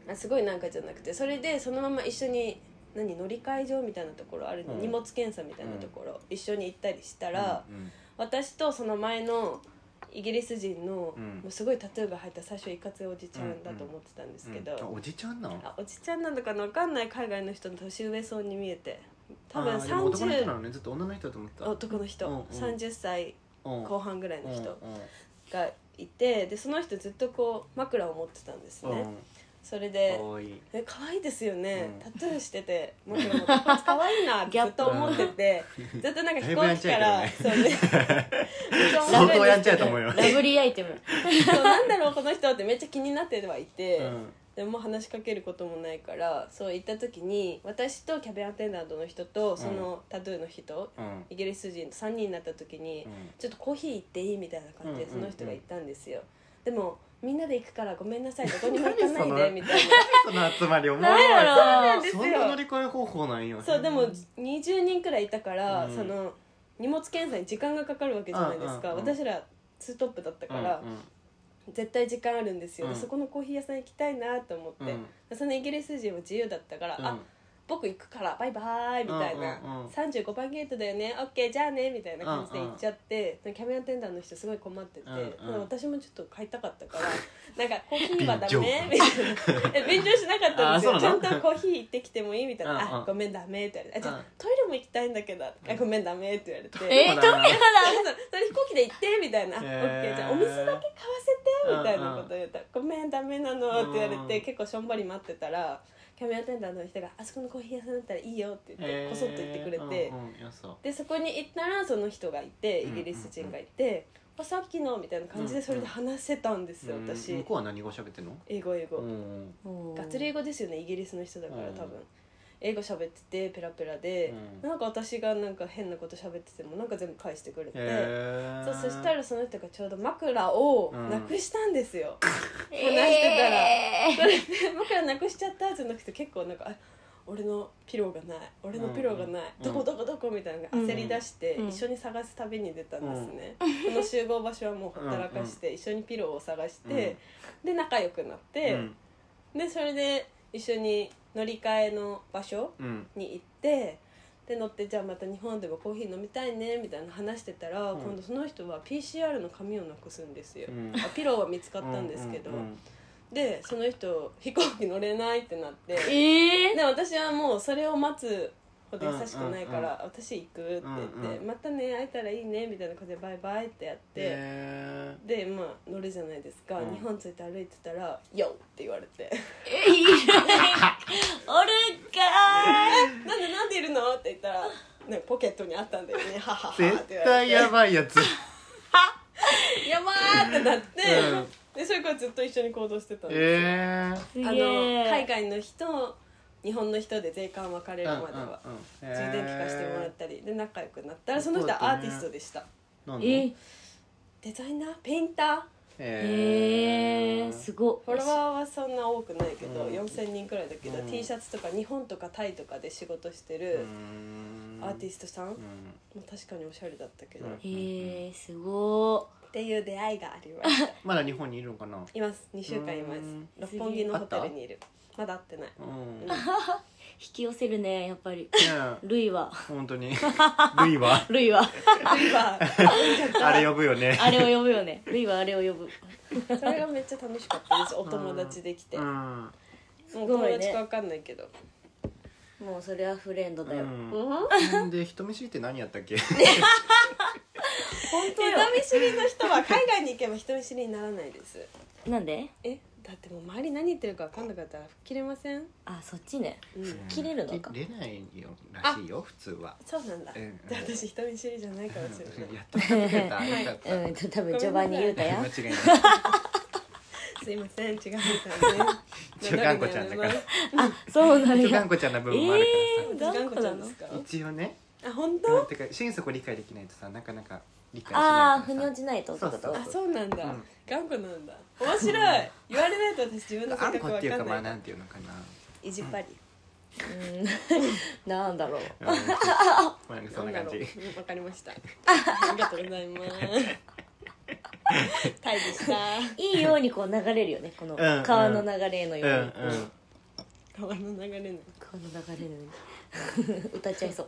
Speaker 3: あすごいなんかじゃなくてそれでそのまま一緒に何乗り換え場みたいなところあるの、
Speaker 1: うん
Speaker 3: 荷物検査みたいなところ、一緒に行ったりしたら、
Speaker 1: うん
Speaker 3: 私とその前のイギリス人の、
Speaker 1: うん
Speaker 3: もうすごいタトゥーが入った最初いかついおじちゃんだと思ってたんですけど、
Speaker 1: うんあおじちゃんなの
Speaker 3: あおじちゃんなのかなわかんない海外の人の年上そうに見えて多分
Speaker 1: あーでも男の人な
Speaker 3: 30
Speaker 1: のねずっと女の人だと思ってた
Speaker 3: 男の人、
Speaker 1: うんうん
Speaker 3: 30歳後半ぐらいの人、
Speaker 1: うんうん
Speaker 3: がいてでその人ずっとこう枕を持ってたんですね、それで
Speaker 1: 多い
Speaker 3: え可愛いですよね、
Speaker 1: うん
Speaker 3: タトゥーしてて枕持ってこいつ可愛いなってずっと思っててずっとなんか飛行機から、
Speaker 1: だい
Speaker 3: そうね
Speaker 1: 相当やんちゃうと思う
Speaker 3: よ
Speaker 1: よ
Speaker 2: ラブリーアイテム
Speaker 3: そうなんだろうこの人ってめっちゃ気になってはいて、
Speaker 1: うん
Speaker 3: でも話しかけることもないからそう行った時に私とキャビンアテンダントの人とそのタトゥーの人、
Speaker 1: うん
Speaker 3: イギリス人と3人になった時に、ちょっとコーヒー行っていいみたいな感じで
Speaker 1: うん
Speaker 3: そ
Speaker 1: うんうん
Speaker 3: の人が言ったんですよ、でもみんなで行くからごめんなさいどこにも行か
Speaker 1: 何そ
Speaker 3: ない
Speaker 1: の
Speaker 3: でみたい
Speaker 1: その集まり思う
Speaker 2: なんやろ
Speaker 3: な
Speaker 1: そんな乗り換え方法なん よ
Speaker 3: そうでも20人くらいいたから、
Speaker 1: うん
Speaker 3: その荷物検査に時間がかかるわけじゃないです
Speaker 1: うん
Speaker 3: か、
Speaker 1: うんうん
Speaker 3: 私らツートップだったから、
Speaker 1: う
Speaker 3: 絶対時間あるんですよ、で
Speaker 1: うん
Speaker 3: そこのコーヒー屋さん行きたいなと思っ
Speaker 1: んうん
Speaker 3: て、そのイギリス人は自由だったから、あ僕行くからバイバーイみたいな、
Speaker 1: うんうんうん
Speaker 3: 35番ゲートだよねオッケーじゃあねみたいな感じで行っちゃって、キャビンアテンダーの人すごい困ってて、
Speaker 1: うんうん
Speaker 3: でも私もちょっと買いたかった からなんかコーヒーはダ
Speaker 1: 便
Speaker 3: メみたいな え勉強しなかったんです
Speaker 1: あそ
Speaker 3: よち
Speaker 1: うな
Speaker 3: ゃ
Speaker 1: の
Speaker 3: んとコーヒー行ってきてもいいみたいな「
Speaker 1: うんうん
Speaker 3: あごめんダメ」って言われて「あじゃ
Speaker 1: うん
Speaker 3: あトイレも行きたいんだけど」あごめんダメ」って言われ
Speaker 2: えー、
Speaker 3: て。
Speaker 2: トイレまだ
Speaker 3: あそうそれ飛行機で行ってみたいな「オ
Speaker 1: へ
Speaker 3: ッ
Speaker 1: ー
Speaker 3: ケーじゃあお水だけ買わせて」みたいなこと言ったら「ごめんダメなの」って言われ
Speaker 1: う
Speaker 3: て
Speaker 1: ん
Speaker 3: 結構しょんぼり待ってたらキャメアテンダーの人が「あそこのコーヒー屋さんだったらいいよ」って言ってこそっと言ってくれて
Speaker 1: うんうんよそ
Speaker 3: でそこに行ったらその人がいてイギリス人がいて「あさっきの」みたいな感じでそれで話せたんですよ
Speaker 1: うん
Speaker 3: 私
Speaker 1: 向こうは何語喋ってんの
Speaker 3: 英語英語。
Speaker 1: うん
Speaker 3: ガッツリ英語ですよねイギリスの人だから
Speaker 1: うん
Speaker 3: 多分英語喋っててペラペラで、
Speaker 1: うん
Speaker 3: なんか私がなんか変なこと喋っててもなんか全部返してくれて、
Speaker 1: へ
Speaker 3: そ
Speaker 1: ー
Speaker 3: うそしたらその人がちょうど枕をなくしたんですよ、
Speaker 2: 話
Speaker 3: してそれで 枕なくしちゃったじゃなくて結構なんかあ俺のピローがない俺のピローがない、
Speaker 1: うん
Speaker 3: どこどこどこみたいなのが焦り出して、
Speaker 2: うん
Speaker 3: 一緒に探す旅に出たんですね、この集合場所はもうほったらかして、一緒にピローを探して、で仲良くなって、
Speaker 1: うん
Speaker 3: でそれで一緒に乗り換えの場所
Speaker 1: うん
Speaker 3: に行ってで乗ってじゃあまた日本でもコーヒー飲みたいねみたいな話してたら、
Speaker 1: うん
Speaker 3: 今度その人は PCR の紙をなくすんですよ、
Speaker 1: うん
Speaker 3: あピローは見つかったんですけど、
Speaker 1: ううん
Speaker 3: でその人飛行機乗れないってなっ
Speaker 2: え
Speaker 3: てで
Speaker 2: ー、 え
Speaker 3: 私はもうそれを待つほど優しくないから「
Speaker 1: う
Speaker 3: 私行く」って言って
Speaker 1: うん
Speaker 3: 「
Speaker 1: う
Speaker 3: またね会えたらいいね」みたいな感じで「バイバイ」ってやって。
Speaker 1: へー
Speaker 3: でまあ乗るじゃないですか、
Speaker 1: うん
Speaker 3: 日本着いて歩いてたら「よって言われて
Speaker 2: ー、いるおるか
Speaker 3: 「なんでなんでいるの?」って言ったら「なんかポケットにあったんだよ ねははは」って言
Speaker 1: 絶
Speaker 3: われ
Speaker 1: 対
Speaker 3: て
Speaker 1: やばいやつ
Speaker 3: やばーってなって、
Speaker 1: うん
Speaker 3: でそれからずっと一緒に行動してたんですよ、
Speaker 1: えー
Speaker 2: ー
Speaker 3: あ
Speaker 2: すげ
Speaker 3: の
Speaker 2: ー
Speaker 3: 海外の人日本の人で税関分かれるまでは
Speaker 1: うんうんうん
Speaker 3: 充電器化してもらったりで仲良くなったらその人はアーティストでした
Speaker 1: なんで
Speaker 2: え
Speaker 3: デザイナーペインタ
Speaker 2: えー、すごっ
Speaker 3: ーフォロワーはそんな多くないけど、
Speaker 1: うん
Speaker 3: 4000人くらいだけど、
Speaker 1: うん
Speaker 3: T シャツとか日本とかタイとかで仕事して
Speaker 1: う
Speaker 3: る
Speaker 1: ん
Speaker 3: アーティストさん、も
Speaker 1: うん
Speaker 3: う確かにおしゃれだったけど、
Speaker 1: うん
Speaker 3: っ
Speaker 2: えー、すご
Speaker 3: ていう出会いがありました
Speaker 1: まだ日本にいるのかない
Speaker 3: ます2週間います
Speaker 1: うん
Speaker 3: 六本木のホテルにいるまだ会ってない
Speaker 1: うん
Speaker 3: う
Speaker 1: ね
Speaker 3: ん
Speaker 2: ー引き寄せるねやっぱり
Speaker 1: え
Speaker 2: ルイは
Speaker 1: 本当にルイは
Speaker 2: ルイは
Speaker 3: 今
Speaker 1: あれ呼ぶよね
Speaker 2: あれを呼ぶよねルイはあれを呼ぶ
Speaker 3: それがめっちゃ楽しかったですお友達できて、
Speaker 1: う
Speaker 3: もうん
Speaker 2: ごいね
Speaker 3: 友達かわかんないけど、
Speaker 2: もうそれはフレンドだよ、
Speaker 1: うん
Speaker 3: 本
Speaker 1: で人見知りって何やったっけ
Speaker 3: 当人見知りの人は海外に行けば人見知りにならないです
Speaker 2: なんで
Speaker 3: えだってもう周り何言ってるか分かんなかったら吹っ切れません、
Speaker 2: あそっちね
Speaker 3: うん、
Speaker 2: 切れるのか
Speaker 1: 出ないよらしいよ普通は
Speaker 3: そうなんだ、
Speaker 1: うん
Speaker 3: じゃあ私人見知りじゃないかもしれない、
Speaker 1: うんやっと食べれたよかった
Speaker 2: うんと多分序盤に言うたや
Speaker 1: 間
Speaker 2: ん
Speaker 1: 違いない
Speaker 3: すいません違うみたいです
Speaker 1: ちょが んこちゃんだから
Speaker 2: あそうなん
Speaker 1: ちょが
Speaker 2: や
Speaker 1: んこちゃんな部
Speaker 2: え
Speaker 1: 分もあるから
Speaker 2: ー、
Speaker 3: ちょが
Speaker 2: 頑
Speaker 3: ん
Speaker 2: 固
Speaker 3: こちゃ
Speaker 2: なん
Speaker 3: で
Speaker 2: の
Speaker 3: すか
Speaker 1: さ一応ね
Speaker 3: あ本
Speaker 1: うん、
Speaker 3: 当
Speaker 1: てか心底理解できないとさなかなか理解しない
Speaker 2: ああー
Speaker 1: か
Speaker 2: 腑に
Speaker 1: ら
Speaker 2: 落
Speaker 1: さ
Speaker 2: ちないとってこと
Speaker 1: そう
Speaker 3: あそうなんだ、
Speaker 1: うん
Speaker 3: 頑固なんだ面白い言われないと私自分の
Speaker 1: あ
Speaker 3: 性
Speaker 1: ん
Speaker 3: 格
Speaker 1: こっ
Speaker 3: わ
Speaker 1: ていう
Speaker 3: か
Speaker 1: か
Speaker 3: ん
Speaker 1: まあ
Speaker 3: ないか
Speaker 1: な
Speaker 3: ら
Speaker 1: んていうのかな、
Speaker 3: 意地っぱり
Speaker 2: うんなんだろう
Speaker 1: うん、 まあそんな感
Speaker 3: だろう
Speaker 1: じ
Speaker 3: うんわかり ましたありがとうございます退治 した
Speaker 2: いいようにこう流れるよねこの
Speaker 1: うんうん
Speaker 2: 川の流れの
Speaker 1: う
Speaker 2: よ
Speaker 1: んう
Speaker 2: うに、
Speaker 1: ん
Speaker 3: 川の流れの
Speaker 2: 川の流れのように歌っちゃいそう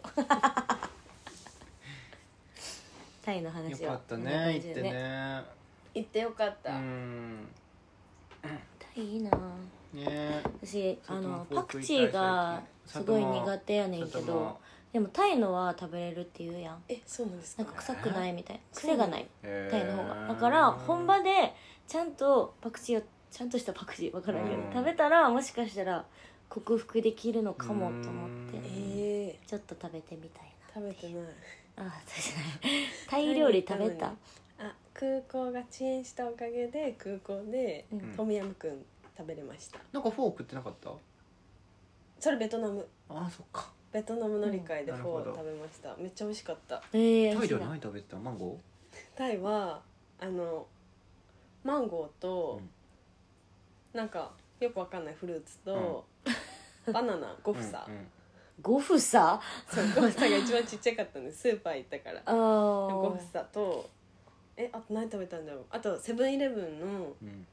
Speaker 2: タイの話
Speaker 1: よ
Speaker 2: は
Speaker 1: かった
Speaker 2: こんな
Speaker 1: ね
Speaker 2: 感
Speaker 1: 行
Speaker 2: じ
Speaker 1: って
Speaker 2: で
Speaker 1: ね
Speaker 3: 行ってよかっ
Speaker 1: う
Speaker 3: た、
Speaker 1: ん
Speaker 2: タイいいな
Speaker 1: ね
Speaker 2: 私
Speaker 1: ちょ
Speaker 2: あ
Speaker 1: っとも
Speaker 2: の
Speaker 1: う
Speaker 2: パクチーがすごい苦手やねん
Speaker 1: ち
Speaker 2: け
Speaker 1: ょっとも
Speaker 2: どでもタイのは食べれるって言うやん
Speaker 3: えそうなんです
Speaker 2: な
Speaker 3: か
Speaker 2: んか臭くないみたい癖がないタイの方が
Speaker 1: う
Speaker 2: だから本場でちゃんとパクチーをちゃんとしたパクチーわからんけど
Speaker 1: うん
Speaker 2: 食べたらもしかしたら克服できるのかもと思っ
Speaker 1: う
Speaker 2: て
Speaker 1: ん
Speaker 3: え
Speaker 2: ちょっと食べてみたい
Speaker 3: ー、食べてない
Speaker 2: なあ私ねタイ料理食べた
Speaker 3: あ空港が遅延したおかげで空港で
Speaker 2: うん
Speaker 3: トムヤムクン食べれました
Speaker 1: なんかフォークってなかった
Speaker 3: それベトナム
Speaker 1: あーそっか
Speaker 3: ベトナム乗り換えで
Speaker 1: うん
Speaker 3: フォーを
Speaker 1: なるほど
Speaker 3: 食べました、めっちゃ美味しかった
Speaker 2: ええ
Speaker 1: タイでは何食べてたマンゴ
Speaker 3: タイはあのマンゴーと、なんかよくわかんないフルーツと、バナナ
Speaker 1: ー
Speaker 3: 5房、
Speaker 1: うんうん
Speaker 2: 5房あ
Speaker 3: そう5房が一番ちっちゃかったんでスーパー行ったから
Speaker 2: あ
Speaker 3: 5
Speaker 2: ー
Speaker 3: 房とえあと何食べたんだろうあとセブンイレブンの
Speaker 1: うん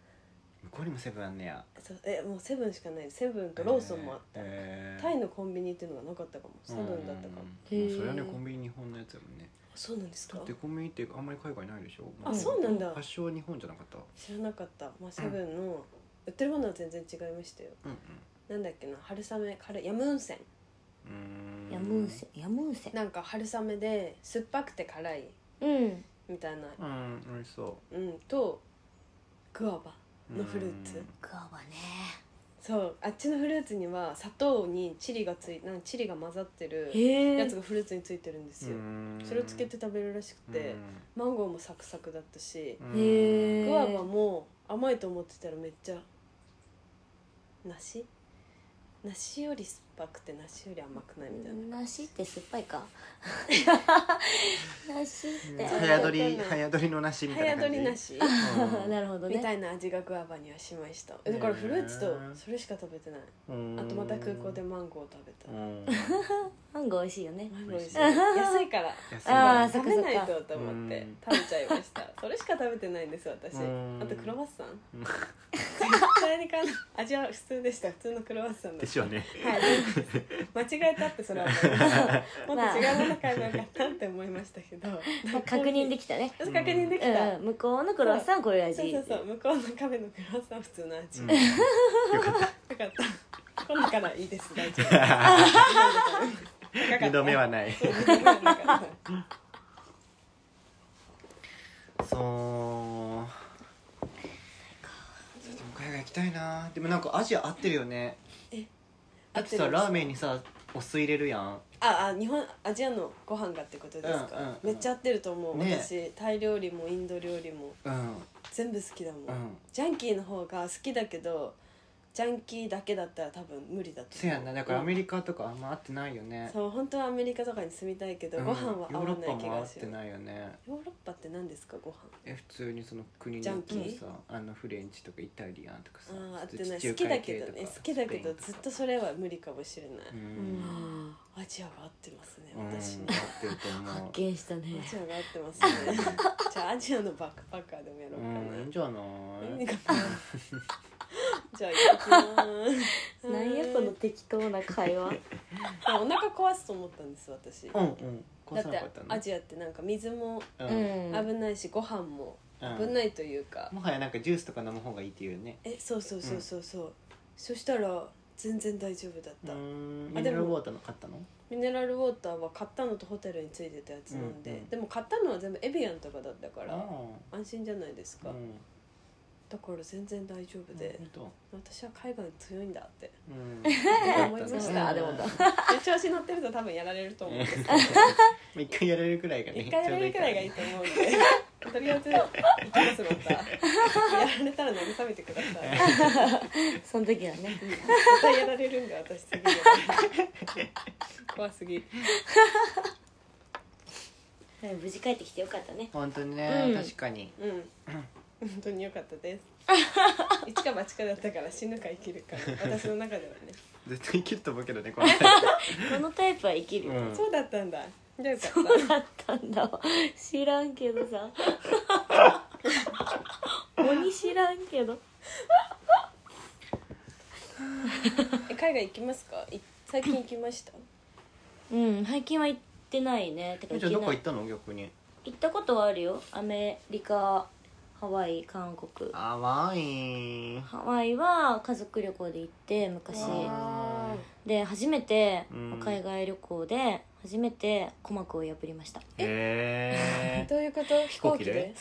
Speaker 1: 向こうにもセブンあんねや
Speaker 3: そうえもうセブンしかないセブンとローソンもあった、
Speaker 1: えー
Speaker 3: タイのコンビニっていうのがなかったかもセブンだったかも、
Speaker 1: うんうんうん
Speaker 2: へー
Speaker 1: それはねコンビニ日本のやつやもんね
Speaker 3: そうなんですか
Speaker 1: だってコンビニってあんまり海外ないでしょ
Speaker 3: あそうなんだ
Speaker 1: 発祥日本じゃなかった
Speaker 3: 知らなかった、まあ、セブンの売ってるものは全然違いましたよ
Speaker 1: うん
Speaker 3: なんだっけな春雨カレーヤムウンセン
Speaker 1: うんうーん
Speaker 2: ヤムーンセンヤムーンセン
Speaker 3: なんか春雨で酸っぱくて辛い
Speaker 2: うん
Speaker 3: みたいな
Speaker 1: うん美味しそ
Speaker 3: うんとグアバ
Speaker 1: う
Speaker 3: のフルーツ
Speaker 1: うん
Speaker 2: グアバね
Speaker 3: そうあっちのフルーツには砂糖にチリがついなんかチリが混ざってる
Speaker 2: へ
Speaker 3: や
Speaker 2: え
Speaker 3: つがフルーツについてるんですよそれをつけて食べるらしくてマンゴーもサクサクだったし
Speaker 1: うん
Speaker 2: へえ
Speaker 3: グアバも甘いと思ってたらめっちゃ梨梨より酸っぱくて梨より甘くないみたいな
Speaker 2: 梨って酸っぱいか
Speaker 1: うん
Speaker 2: 梨って
Speaker 3: ちょっと
Speaker 1: 早取り早取りの梨みたい
Speaker 3: 早
Speaker 1: な感
Speaker 3: 取
Speaker 1: じ
Speaker 3: り梨
Speaker 1: うん
Speaker 2: なるほど
Speaker 3: み
Speaker 2: ね
Speaker 3: たいな味がグアバにはしましただからフルーツとそれしか食べてないあとまた空港でマンゴーを食べた
Speaker 1: うん
Speaker 2: マンゴー美味しいよね
Speaker 3: マンゴー美味しい
Speaker 1: 美味し
Speaker 3: 安いから
Speaker 1: 安
Speaker 2: あー
Speaker 1: い
Speaker 2: そっかそっ
Speaker 3: 食べ
Speaker 2: か
Speaker 3: ないとと思って
Speaker 1: うん
Speaker 3: 食べちゃいましたそれしか食べてないんです私
Speaker 1: うん
Speaker 3: あとクロワッサン
Speaker 1: うん
Speaker 3: それに関味は普通でした普通のクロワッサンだ
Speaker 1: でしょうね
Speaker 3: はい間違えたってそれは思いましたもっと違うもの買えばよかったって思いましたけど
Speaker 2: まあ確認できたね
Speaker 3: 確認できた、
Speaker 2: うん向こうのクロワッサンはこういう味
Speaker 3: そうそうそう向こうのカフェのクロワッサンは普通の味、
Speaker 1: うん
Speaker 3: よ
Speaker 1: よかっ
Speaker 3: かった今度からいいです大丈夫
Speaker 1: た
Speaker 3: 高かった
Speaker 1: 二度目はない
Speaker 3: そう二度目はなかった
Speaker 1: そう。ちょっともう海外行きたいな。でもなんかアジア合ってるよね。だってさラーメンにさお酢入れるやん。
Speaker 3: ああ日本アジアのご飯がってことですか、
Speaker 1: うんうんうん
Speaker 3: めっちゃ合ってると思う、
Speaker 1: ね
Speaker 3: 私タイ料理もインド料理も
Speaker 1: うん
Speaker 3: 全部好きだもん、
Speaker 1: うん。
Speaker 3: ジャンキーの方が好きだけどジャンキーだけだったら多分無理だと思う
Speaker 1: せやんなだからア
Speaker 3: リ
Speaker 1: メリカとかあんま合ってないよね。
Speaker 3: そう本当はアメリカとかに住みたいけど、
Speaker 1: うん
Speaker 3: ご飯は合
Speaker 1: ヨーロ
Speaker 3: わ
Speaker 1: ッ
Speaker 3: な
Speaker 1: パ
Speaker 3: い気
Speaker 1: も合
Speaker 3: が
Speaker 1: っ
Speaker 3: す
Speaker 1: て
Speaker 3: る
Speaker 1: ないよね。
Speaker 3: ヨーロッパって何ですかご飯
Speaker 1: え普通にその国に
Speaker 3: ジ
Speaker 1: よ
Speaker 3: ャ
Speaker 1: っ
Speaker 3: ンキ
Speaker 1: て
Speaker 3: ー
Speaker 1: もさあのフレンチとかイタリアンとかさ
Speaker 3: あー合っ
Speaker 1: 普
Speaker 3: て
Speaker 1: 通
Speaker 3: ない
Speaker 1: 地中
Speaker 3: 好きだ
Speaker 1: 海
Speaker 3: け
Speaker 1: 系
Speaker 3: ど
Speaker 1: とか
Speaker 3: ね好きだけどずっと
Speaker 1: スペインか
Speaker 3: それは無理かもしれな
Speaker 1: う
Speaker 3: い、
Speaker 1: ん
Speaker 2: うん
Speaker 3: アジアが合ってますね
Speaker 1: うん合っ
Speaker 3: 私ね
Speaker 1: てると思
Speaker 2: 発
Speaker 1: う
Speaker 2: 見したね
Speaker 3: アジアが合ってますね じゃあアジアのバックパッカーでもやろうかな、
Speaker 1: うんいいんじゃない
Speaker 3: 何が じゃあ行ってきます
Speaker 2: なんやこの適当な会話
Speaker 3: あお腹壊すと思ったんです私
Speaker 1: うんうん壊
Speaker 3: だ
Speaker 1: さ
Speaker 3: っ
Speaker 1: な
Speaker 3: て
Speaker 1: かったの
Speaker 3: アジアってなんか水も
Speaker 2: う
Speaker 1: うん
Speaker 2: ん
Speaker 3: 危ないしご飯も
Speaker 1: うん
Speaker 3: 危ないというか、
Speaker 1: もはやなんかジュースとか飲む方がいいっていうよね
Speaker 3: えそうそうそうそうそう、そしたら全然大丈夫だった、
Speaker 1: うん
Speaker 3: あ
Speaker 1: ミネ
Speaker 3: でも
Speaker 1: ラルウォーターの買ったの
Speaker 3: ミネラルウォーターは買ったのとホテルについてたやつなんで、
Speaker 1: うんうん
Speaker 3: でも買ったのは全部エビアンとかだったか
Speaker 1: あ
Speaker 3: ら安心じゃないです
Speaker 1: ー
Speaker 3: か、
Speaker 1: うん
Speaker 3: だから全然大丈夫で
Speaker 1: 本、当
Speaker 3: 私は海外強いんだって
Speaker 1: うん
Speaker 3: 思いまし
Speaker 2: う
Speaker 3: た
Speaker 2: ん
Speaker 3: でも調子乗ってると多分やられると思うんです
Speaker 1: うん 一回やれるくらいがね
Speaker 3: 一回やられるくらいがいいと思うんでとりあえず行きますまたやられたら慰めてください
Speaker 2: その時はね
Speaker 3: 絶対やられるんで私次は怖すぎ
Speaker 2: うん無事帰ってきてよかったね
Speaker 1: 本当にね、
Speaker 2: うん
Speaker 1: 確かに
Speaker 3: うん本当に良かっ たです一か八かだったから死ぬか生きるか私の中ではね
Speaker 1: 絶対生きると思うけどねこの辺
Speaker 2: このタイプは生きる よ、
Speaker 1: うん
Speaker 3: そうだったんだじゃあよかった
Speaker 2: そうだったんだわ知らんけどさ鬼知らんけど
Speaker 3: え海外行きますかい最近行きました
Speaker 2: うん最近は行ってないねてか
Speaker 1: みーちゃ
Speaker 2: 行
Speaker 1: んど
Speaker 2: けない
Speaker 1: こ行ったの逆に
Speaker 2: 行ったことはあるよアメリカハワイ韓国
Speaker 1: 淡い
Speaker 2: ハワイは家族旅行で行って昔
Speaker 1: あ
Speaker 2: で初めて
Speaker 1: うん
Speaker 2: 海外旅行で初めて鼓膜を破りました
Speaker 1: へえ
Speaker 3: どういうこと飛
Speaker 1: 飛行機
Speaker 3: 行機
Speaker 1: で
Speaker 3: で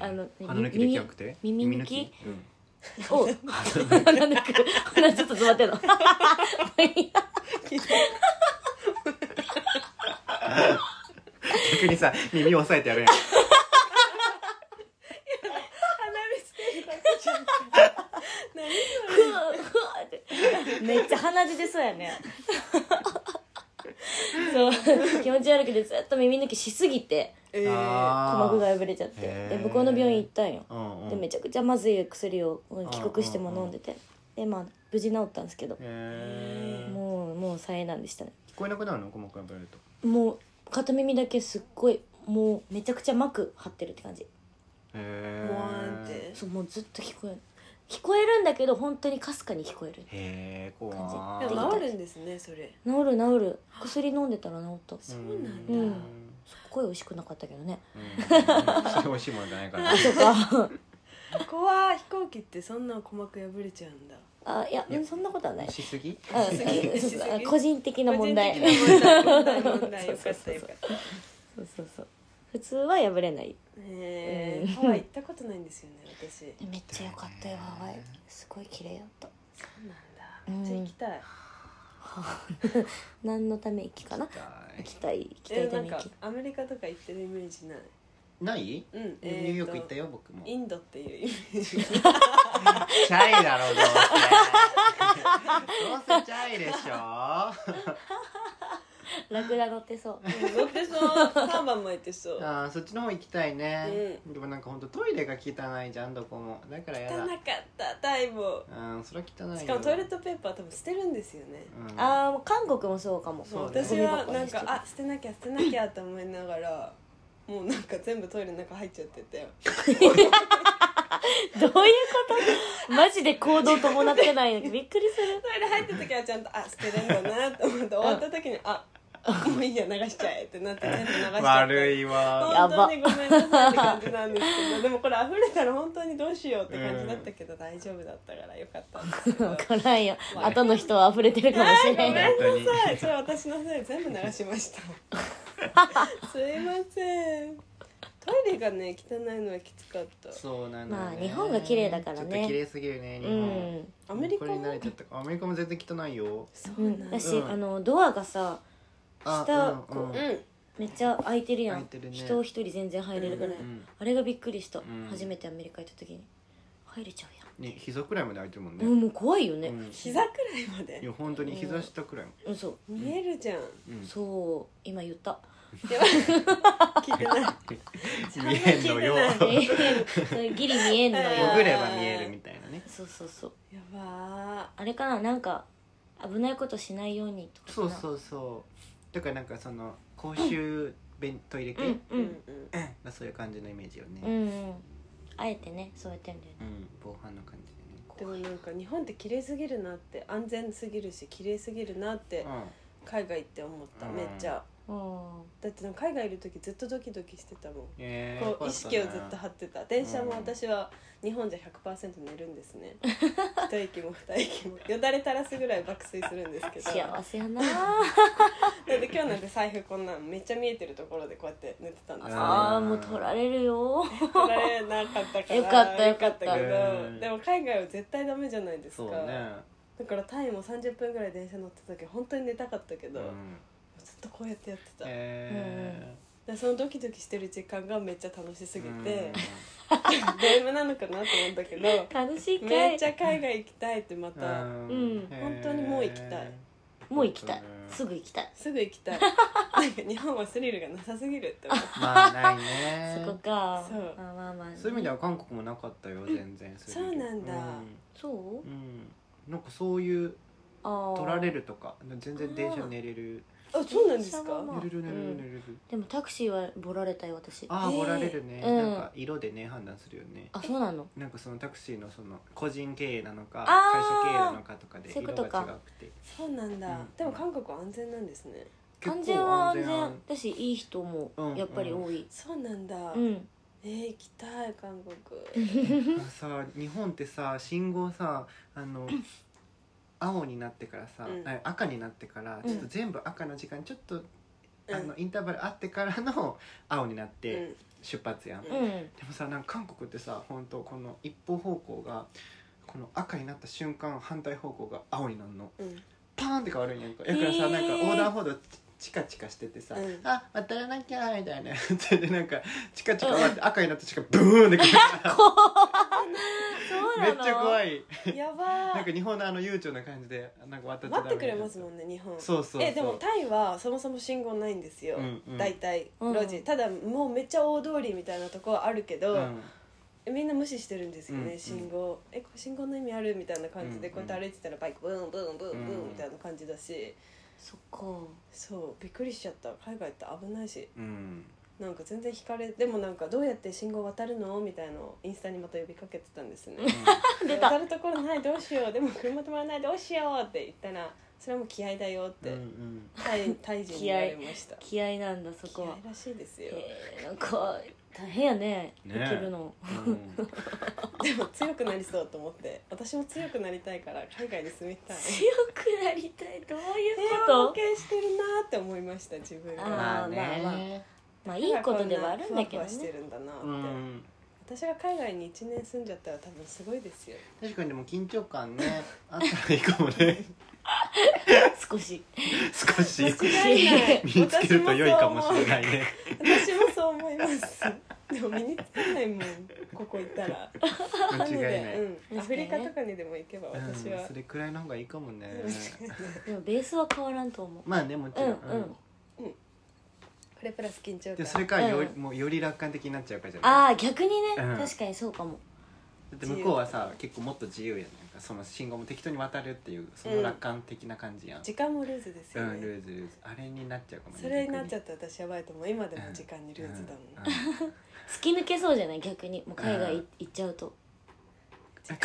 Speaker 2: あの
Speaker 1: 鼻抜きできなくて
Speaker 2: 耳耳抜き
Speaker 1: 耳うん
Speaker 2: お鼻抜く鼻ちょっと詰まってんの
Speaker 1: 逆にさ耳押さえてやるやん
Speaker 3: 鼻水出たじゃん何そ
Speaker 2: ふわふわってめっちゃ鼻血出そうやねそう気持ち悪くてずっと耳抜きしすぎて
Speaker 3: れえー、
Speaker 2: 鼓
Speaker 1: あ
Speaker 2: 膜が破れちゃって
Speaker 1: へー
Speaker 2: で向こうの病院行ったんよ
Speaker 1: うんうん
Speaker 2: でめちゃくちゃまずい薬を帰国しても飲んでてでまあ無事治ったんですけど
Speaker 1: へー
Speaker 2: もうもう災難でしたね
Speaker 1: 聞こえなくなるの鼓膜が破れると
Speaker 2: もう片耳だけすっごいもうめちゃくちゃ膜張ってるって感じ
Speaker 1: へ
Speaker 3: もわーんって
Speaker 2: そうもうずっと聞こえる聞こえるんだけど本当にかすかに聞こえる
Speaker 1: へえ怖
Speaker 2: 感
Speaker 1: い
Speaker 3: でも治るんですねそれ
Speaker 2: 治る治る薬飲んでたら治ったす
Speaker 3: そう
Speaker 2: っ
Speaker 3: なん
Speaker 1: う
Speaker 3: だ、
Speaker 1: ん
Speaker 2: うんごい美味しくなかったけどね
Speaker 1: うんそれ美味しいもんじゃないから
Speaker 2: と か
Speaker 3: ここは飛行機ってそんな鼓膜破れちゃうんだ
Speaker 2: あいや
Speaker 1: いや
Speaker 2: そんなこと はない
Speaker 1: しすぎ
Speaker 2: あそうそうそうあ個人的な問題
Speaker 3: 個人的な問題問題 問題よかったよかった
Speaker 2: そうそうそう普通は破れないう
Speaker 3: へ
Speaker 2: ん
Speaker 3: えハワイ行ったことないんですよね私
Speaker 2: めっちゃ良かったよハワイすごい綺麗やった
Speaker 3: そう
Speaker 2: う
Speaker 3: なん
Speaker 2: ん
Speaker 3: だじゃあ行きたい
Speaker 2: 何のため息かな行きたい行きたい
Speaker 3: え
Speaker 2: た
Speaker 3: な
Speaker 2: め
Speaker 3: んか
Speaker 2: 息
Speaker 3: アメリカとか行ってるイメージない
Speaker 1: ない
Speaker 3: うん
Speaker 1: ニューヨーク行ったよ僕も
Speaker 3: インドっていうイメージ
Speaker 1: チャイだろうどうせどうせチャイでしょ
Speaker 2: ラクダ乗ってそう
Speaker 3: 乗って そうサーバンもいてそう汚
Speaker 1: あーそっちの方行きたいね、でもなんかほんとトイレが汚いじゃんどこもだからやだ
Speaker 3: かったタイも
Speaker 1: うんそれは汚いよ
Speaker 3: しかもトイレットペーパー多分捨てるんですよね
Speaker 1: うん、
Speaker 2: ああ韓国もそうかも
Speaker 3: そ
Speaker 1: そう
Speaker 3: う
Speaker 1: ね
Speaker 3: 私は
Speaker 2: ゴミ箱
Speaker 3: な
Speaker 2: に
Speaker 3: ん
Speaker 2: して
Speaker 3: か
Speaker 2: る
Speaker 3: あ捨てなきゃ捨てなきゃと思いながらもうなんか全部トイレの中入っちゃってて
Speaker 2: どういうこと マジで行動伴ってないびっくりする
Speaker 3: トイレ入った時はちゃんとあ捨てるんだなと思って終わった時にあもういいや流しちゃえってなって全部流しちゃって
Speaker 1: 悪いわ
Speaker 3: 本当にごめんなさいって感じなんですけどでもこれ溢れたら本当にどうしようって感じだったけど大丈夫だったからよかったんです けど
Speaker 2: 分からんよ後の人は溢れてるかもしれ
Speaker 3: ごめ
Speaker 2: ん
Speaker 3: ん
Speaker 2: よ
Speaker 3: な
Speaker 1: 本当に
Speaker 3: さいそれ私のせい全部流しましたすいませんトイレがね汚いのはきつかった
Speaker 1: そうなの、ね、
Speaker 2: まあ日本が綺麗だからね
Speaker 1: ちょっと綺麗すぎるね日
Speaker 2: う
Speaker 1: 本、
Speaker 2: ん
Speaker 3: アメリ
Speaker 1: こ
Speaker 3: カ
Speaker 1: れ
Speaker 3: も
Speaker 1: に慣れちゃったアメリカも全然汚いよ
Speaker 3: そう
Speaker 2: う
Speaker 3: なん
Speaker 2: ん、
Speaker 3: だ
Speaker 2: だし、
Speaker 1: うん
Speaker 2: あのドアがさ
Speaker 1: あ
Speaker 2: 下
Speaker 1: うんうん
Speaker 2: こ
Speaker 3: うん
Speaker 2: めっちゃ開いてるやん
Speaker 1: 開いてるね
Speaker 2: 人一人全然入れるぐらい、
Speaker 1: うん
Speaker 2: あれがびっくりした、
Speaker 1: ん
Speaker 2: 初めてアメリカ行った時に入れちゃう
Speaker 1: ね膝くらいまで開いてるもん
Speaker 2: や
Speaker 1: ね、
Speaker 2: ん、もうもう怖いよね、
Speaker 1: うん
Speaker 3: 膝くらいま
Speaker 1: い
Speaker 3: で
Speaker 1: や本当に膝下くらいも
Speaker 2: うん、そ
Speaker 3: 見えるじゃん
Speaker 2: うそう今言った
Speaker 3: では聞いてない
Speaker 1: 見えんのよ
Speaker 3: そんな聞いて
Speaker 2: 見える それギリ見えんのよ
Speaker 3: え ー
Speaker 1: 潜れば見えるみたいなね
Speaker 2: そうそうそう
Speaker 3: やば
Speaker 2: あれかななんか危ないことしないようにとか
Speaker 1: そう
Speaker 2: う
Speaker 1: そうそうだからなんかその公衆便トイレ系
Speaker 2: うん
Speaker 3: ー
Speaker 2: うん
Speaker 3: うん
Speaker 1: がそういう感じのイメージよね
Speaker 2: うんうんあえてねそうやってんだよね
Speaker 1: うん防犯の感じでね
Speaker 3: でもなんか日本って綺麗すぎるなって安全すぎるし綺麗すぎるなって
Speaker 1: う
Speaker 3: 海外行って思った
Speaker 1: うん
Speaker 3: めっちゃ
Speaker 2: うん
Speaker 3: だってなんか海外いる時ずっとドキドキしてたもん
Speaker 1: んえー
Speaker 3: こう意識をずっと張ってた電車も私は日本じゃ100%寝るんですね一駅も二駅もよだれ垂らすぐらい爆睡するんですけど
Speaker 2: 幸せやな
Speaker 3: なんで今日なんて財布こんなんめっちゃ見えてるところでこうやって寝てたんですよ
Speaker 2: ああもう取られるよ
Speaker 3: 取られなかったから
Speaker 2: よかったよかった
Speaker 3: よけ
Speaker 1: うん
Speaker 3: どでも海外は絶対ダメじゃないですか
Speaker 1: そうね
Speaker 3: だからタイも30分ぐらい電車乗ってた時本当に寝たかったけ
Speaker 1: う
Speaker 3: ど、
Speaker 1: ん
Speaker 3: ずっとこうやってやってた、
Speaker 1: え
Speaker 3: でそのドキドキしてる時間がめっちゃ楽しすぎ
Speaker 1: ー
Speaker 3: て、ゲームなのかなと思ったけど
Speaker 2: 楽しいか
Speaker 3: め
Speaker 2: い
Speaker 3: っちゃ海外行きたいってまた、
Speaker 1: うん
Speaker 2: うん
Speaker 1: へー
Speaker 3: 本当にもう行きたい
Speaker 2: もう行きたい
Speaker 1: うん
Speaker 2: すぐ行きたい
Speaker 3: すぐ行き たいなんか日本はスリルがなさすぎるって思う
Speaker 1: まあない
Speaker 2: そ
Speaker 1: ね
Speaker 2: こか
Speaker 3: そう
Speaker 2: まあまあまあ
Speaker 1: そういう意味では韓国もなかったよ全然スリル
Speaker 3: そうなんだ
Speaker 2: そう
Speaker 1: うん、うんなんかそういう
Speaker 2: ああ
Speaker 1: 取られるとか全然電車寝れる
Speaker 3: あそうなんですか
Speaker 2: あ
Speaker 1: 寝れる寝れ
Speaker 2: う
Speaker 1: る
Speaker 2: ん
Speaker 1: 寝れる
Speaker 2: でもタクシーはボラれたよ私あ
Speaker 1: ああ
Speaker 3: えー
Speaker 1: おられるね
Speaker 2: うん
Speaker 1: なんか色でね判断するよね
Speaker 2: そうなの
Speaker 1: なんかそのタクシーのその個人経営なのか
Speaker 2: あ
Speaker 1: 会
Speaker 2: ー
Speaker 1: 社経営なのかとかで
Speaker 2: そういう
Speaker 1: 色
Speaker 2: こと
Speaker 1: が
Speaker 2: か
Speaker 1: 違くて
Speaker 3: そうなんだ、
Speaker 1: うん
Speaker 3: でも韓国は安全なんですね
Speaker 1: 結構
Speaker 2: 安全は安
Speaker 1: 安
Speaker 2: 全だしいい人も
Speaker 1: うん
Speaker 2: やっぱり多い
Speaker 3: そうなんだ、
Speaker 2: うん、
Speaker 3: えー、行きたい韓国
Speaker 1: あさ日本ってさ信号さあ の青になってからさ、
Speaker 3: うん
Speaker 1: あ赤になってから
Speaker 2: うん
Speaker 1: ちょっと全部赤の時間ちょっと、
Speaker 3: うん
Speaker 1: あのインターバルあってからの青になっ
Speaker 3: う
Speaker 1: て
Speaker 3: ん
Speaker 1: 出発やん、
Speaker 3: うん
Speaker 1: で
Speaker 2: うん
Speaker 1: もさなんか韓国ってさ本当この一方方向がこの赤になった瞬間反対方向が青になるの
Speaker 3: うん
Speaker 1: パーンって変わるんやんかだからさ、
Speaker 2: えー
Speaker 1: なんか横断歩道チカチカしててさ、
Speaker 3: うん
Speaker 1: あ渡らなきゃみたいなや つでなんかチカチカ終わって赤になった瞬間ブーン って来るから
Speaker 2: そう
Speaker 1: め
Speaker 2: な
Speaker 1: っ
Speaker 2: の
Speaker 1: ちゃ怖い
Speaker 3: やば
Speaker 1: なん
Speaker 3: ー
Speaker 1: か日本のあの悠長な感じでなんか渡っちゃ
Speaker 3: 待
Speaker 1: ダ
Speaker 3: って
Speaker 1: メ
Speaker 3: くれますもんね日本
Speaker 1: そうそうそう
Speaker 3: えでもタイはそもそも信号ないんですよ、
Speaker 1: うんうん
Speaker 3: 大体
Speaker 2: うん
Speaker 3: 路地、ただもうめっちゃ大通りみたいなとこはあるけど、
Speaker 1: うん
Speaker 3: みんな無視してるんですよね、
Speaker 1: うん
Speaker 3: 信号えこれ信号の意味あるみたいな感じで
Speaker 1: うん
Speaker 3: こうやって歩いてたらバイクブーンブーンブーンブーンみたいな感じだし、
Speaker 2: そっか
Speaker 3: そうびっくりしちゃった海外って危ないし
Speaker 1: うん
Speaker 3: なんか全然引かれでもなんかどうやって信号渡るのみたいなのをインスタにまた呼びかけてたんですね
Speaker 2: 出た
Speaker 3: 渡るところないどうしようでも車止まらないどうしようって言ったらそれはもう気合だよっ
Speaker 1: うんう
Speaker 3: て、
Speaker 1: ん
Speaker 3: タイ タイ人に言われました
Speaker 2: 気合なんだそ
Speaker 3: 気
Speaker 2: こ
Speaker 3: 合
Speaker 2: は
Speaker 3: らしいですよ
Speaker 2: えー、なんか大変やね
Speaker 1: ね
Speaker 2: 受けるの
Speaker 1: うん
Speaker 3: でも 強くなりそうと思って私も強くなりたいから海外に住みたい
Speaker 2: 強くなりたいどういう
Speaker 3: 平和
Speaker 2: こ
Speaker 3: ボケしてるなって思いました自分
Speaker 2: あ
Speaker 3: が
Speaker 1: まあ
Speaker 2: まあ
Speaker 1: ね
Speaker 2: とまあいいことではあるんだけど
Speaker 3: ふわふわして
Speaker 2: ね
Speaker 3: るんだなって、
Speaker 1: うん
Speaker 3: 私が海外に1年住んじゃったら多分すご いですよ
Speaker 1: 確かにでも緊張感ねあったらいいかも ね
Speaker 2: 少し
Speaker 1: 少し
Speaker 3: 間違いない
Speaker 1: 身につけると良いかもしれないね
Speaker 3: 私もそう思いますでも身につかないもんここ行ったら
Speaker 1: 間違い
Speaker 3: な
Speaker 1: ない
Speaker 3: ので、うん、アフリカとかにでも行けば
Speaker 1: うん
Speaker 3: 私は、
Speaker 1: それくらいの方がいいかもね
Speaker 2: でもベースは変わらんと思う
Speaker 1: まあねもちろん
Speaker 2: うんうん
Speaker 3: これプラス緊張
Speaker 1: で
Speaker 3: 感
Speaker 1: それからよ
Speaker 2: う
Speaker 1: もうより楽観的になっちゃうからじゃない
Speaker 2: ああ逆にね、
Speaker 1: うん
Speaker 2: 確かにそうかも
Speaker 1: だって向こうはさ結構もっと自由やんなんかその信号も適当に渡るっていうその楽観的な感じやん
Speaker 3: 時間もルーズです
Speaker 1: う
Speaker 3: よね、
Speaker 1: ん、ルーズルーズあれになっちゃうかもね
Speaker 3: それになっちゃ
Speaker 1: っ
Speaker 3: ったら私やばいと思う今でも時間にルーズだもん、
Speaker 2: 突き抜けそうじゃない逆にもう海外
Speaker 1: う
Speaker 2: い
Speaker 1: ん
Speaker 2: 行っちゃうと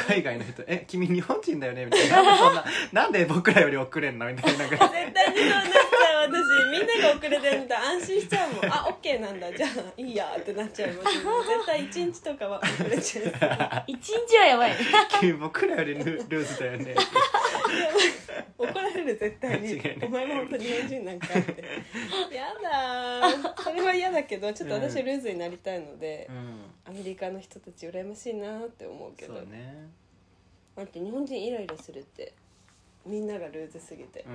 Speaker 1: 海外の人「え君日本人だよね」みたいななんでそんな「なんで僕らより遅れんの?」みたいなぐらい
Speaker 3: 絶対にそうなっちゃう私みんなが遅れてるみたい安心しちゃうもんあオッケーなんだじゃあいいやってなっちゃいます絶対一日とかは遅れちゃう
Speaker 2: 一日はやばい
Speaker 1: 君僕らよりルルーズだよねって
Speaker 3: 怒られる絶対に
Speaker 1: 間違いない
Speaker 3: お前も本当に日本人なんかってやだーそれは嫌だけどちょっと私ルーズになりたいので
Speaker 1: う、ん
Speaker 3: アメリカの人たち羨ましいなーって思うけ
Speaker 1: そ
Speaker 3: ど
Speaker 1: うね
Speaker 3: だって日本人イライラするってみんながルーズすぎて
Speaker 1: うん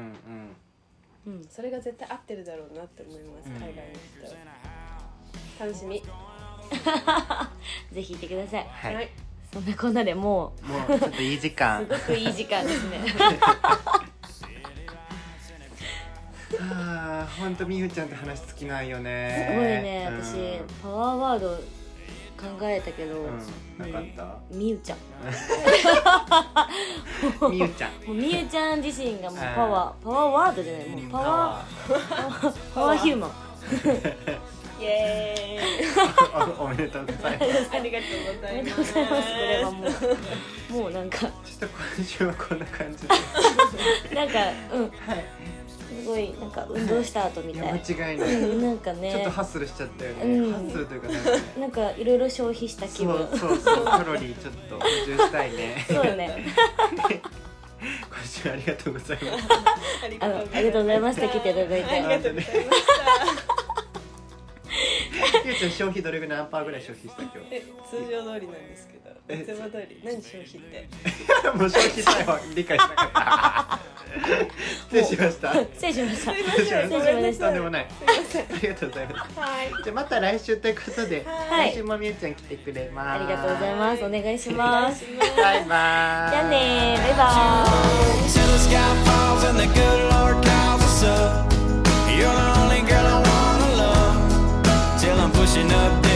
Speaker 1: うん
Speaker 2: うん
Speaker 3: それが絶対合ってるだろうなって思います、
Speaker 1: うん
Speaker 3: 海外の人は楽しみ
Speaker 2: ぜひ行ってください
Speaker 1: はい、
Speaker 3: はい
Speaker 2: そんなこんなでも
Speaker 1: もうちょっといい時
Speaker 2: う
Speaker 1: 間
Speaker 2: すごくいい時間 ですね
Speaker 1: あーほんとみゆちゃんと話尽きないよ
Speaker 2: す
Speaker 1: ね
Speaker 2: ごいね
Speaker 1: うん
Speaker 2: 私パワーワード考えたけど、
Speaker 1: うん、なかっ
Speaker 2: みゆちゃん
Speaker 1: たみゆちゃん
Speaker 2: もうみゆちゃん自身がもうパワーパワーワードじゃないもうパワーパワーヒューマン
Speaker 3: イエーイ
Speaker 1: ーおおめでとうございます
Speaker 3: ありがとうござ
Speaker 2: あ
Speaker 3: い
Speaker 2: りがと
Speaker 3: ま
Speaker 2: うご
Speaker 3: す。
Speaker 2: ざいますこれはもうもうなんか
Speaker 1: ちょっと今週はこんな感じでは
Speaker 2: なんかうん
Speaker 1: い
Speaker 2: すごいなんか運動した後み
Speaker 1: い
Speaker 2: た
Speaker 1: や
Speaker 2: い
Speaker 1: 間違いな
Speaker 2: う
Speaker 1: い
Speaker 2: んなんか
Speaker 1: ちょっ
Speaker 2: ね
Speaker 1: とハッスルしちゃったよね、
Speaker 2: うん
Speaker 1: ハッスルというかなんかね
Speaker 2: なんかいろいろ消費した気
Speaker 1: そ
Speaker 2: 分
Speaker 1: うそうそうカロリーちょっと補充したいね
Speaker 2: そうよね
Speaker 1: 今週はありがとうございます
Speaker 3: あり
Speaker 2: あのありがとうございました来ていただい
Speaker 3: あり
Speaker 2: て
Speaker 3: がとうございました。
Speaker 1: ゆうちゃん消費どれぐらい何パーぐらい消費した今
Speaker 3: え通常通りなんですけど、
Speaker 1: え
Speaker 3: いつも通り。何消費って。
Speaker 1: 日もう消費さえは理解しなかった失礼しました
Speaker 2: 失礼しました
Speaker 3: すいません。ごめんな
Speaker 1: とん
Speaker 3: さい。
Speaker 1: です
Speaker 3: い
Speaker 1: も
Speaker 3: ま
Speaker 1: ない
Speaker 3: せん。
Speaker 1: ありがとうございます
Speaker 3: はい。
Speaker 1: じゃあまた来週ということで、
Speaker 3: はい
Speaker 1: 来週もみゆちゃん来てくれま
Speaker 2: あ
Speaker 1: す
Speaker 2: りがとうございますお願いし
Speaker 3: お願
Speaker 2: ま
Speaker 3: い
Speaker 2: す
Speaker 3: します
Speaker 1: バイバイ
Speaker 2: じゃあねバイバーイ
Speaker 4: till the sky falls and the good Lord calls us up. You're the only girl I wanna love till I'm pushing up.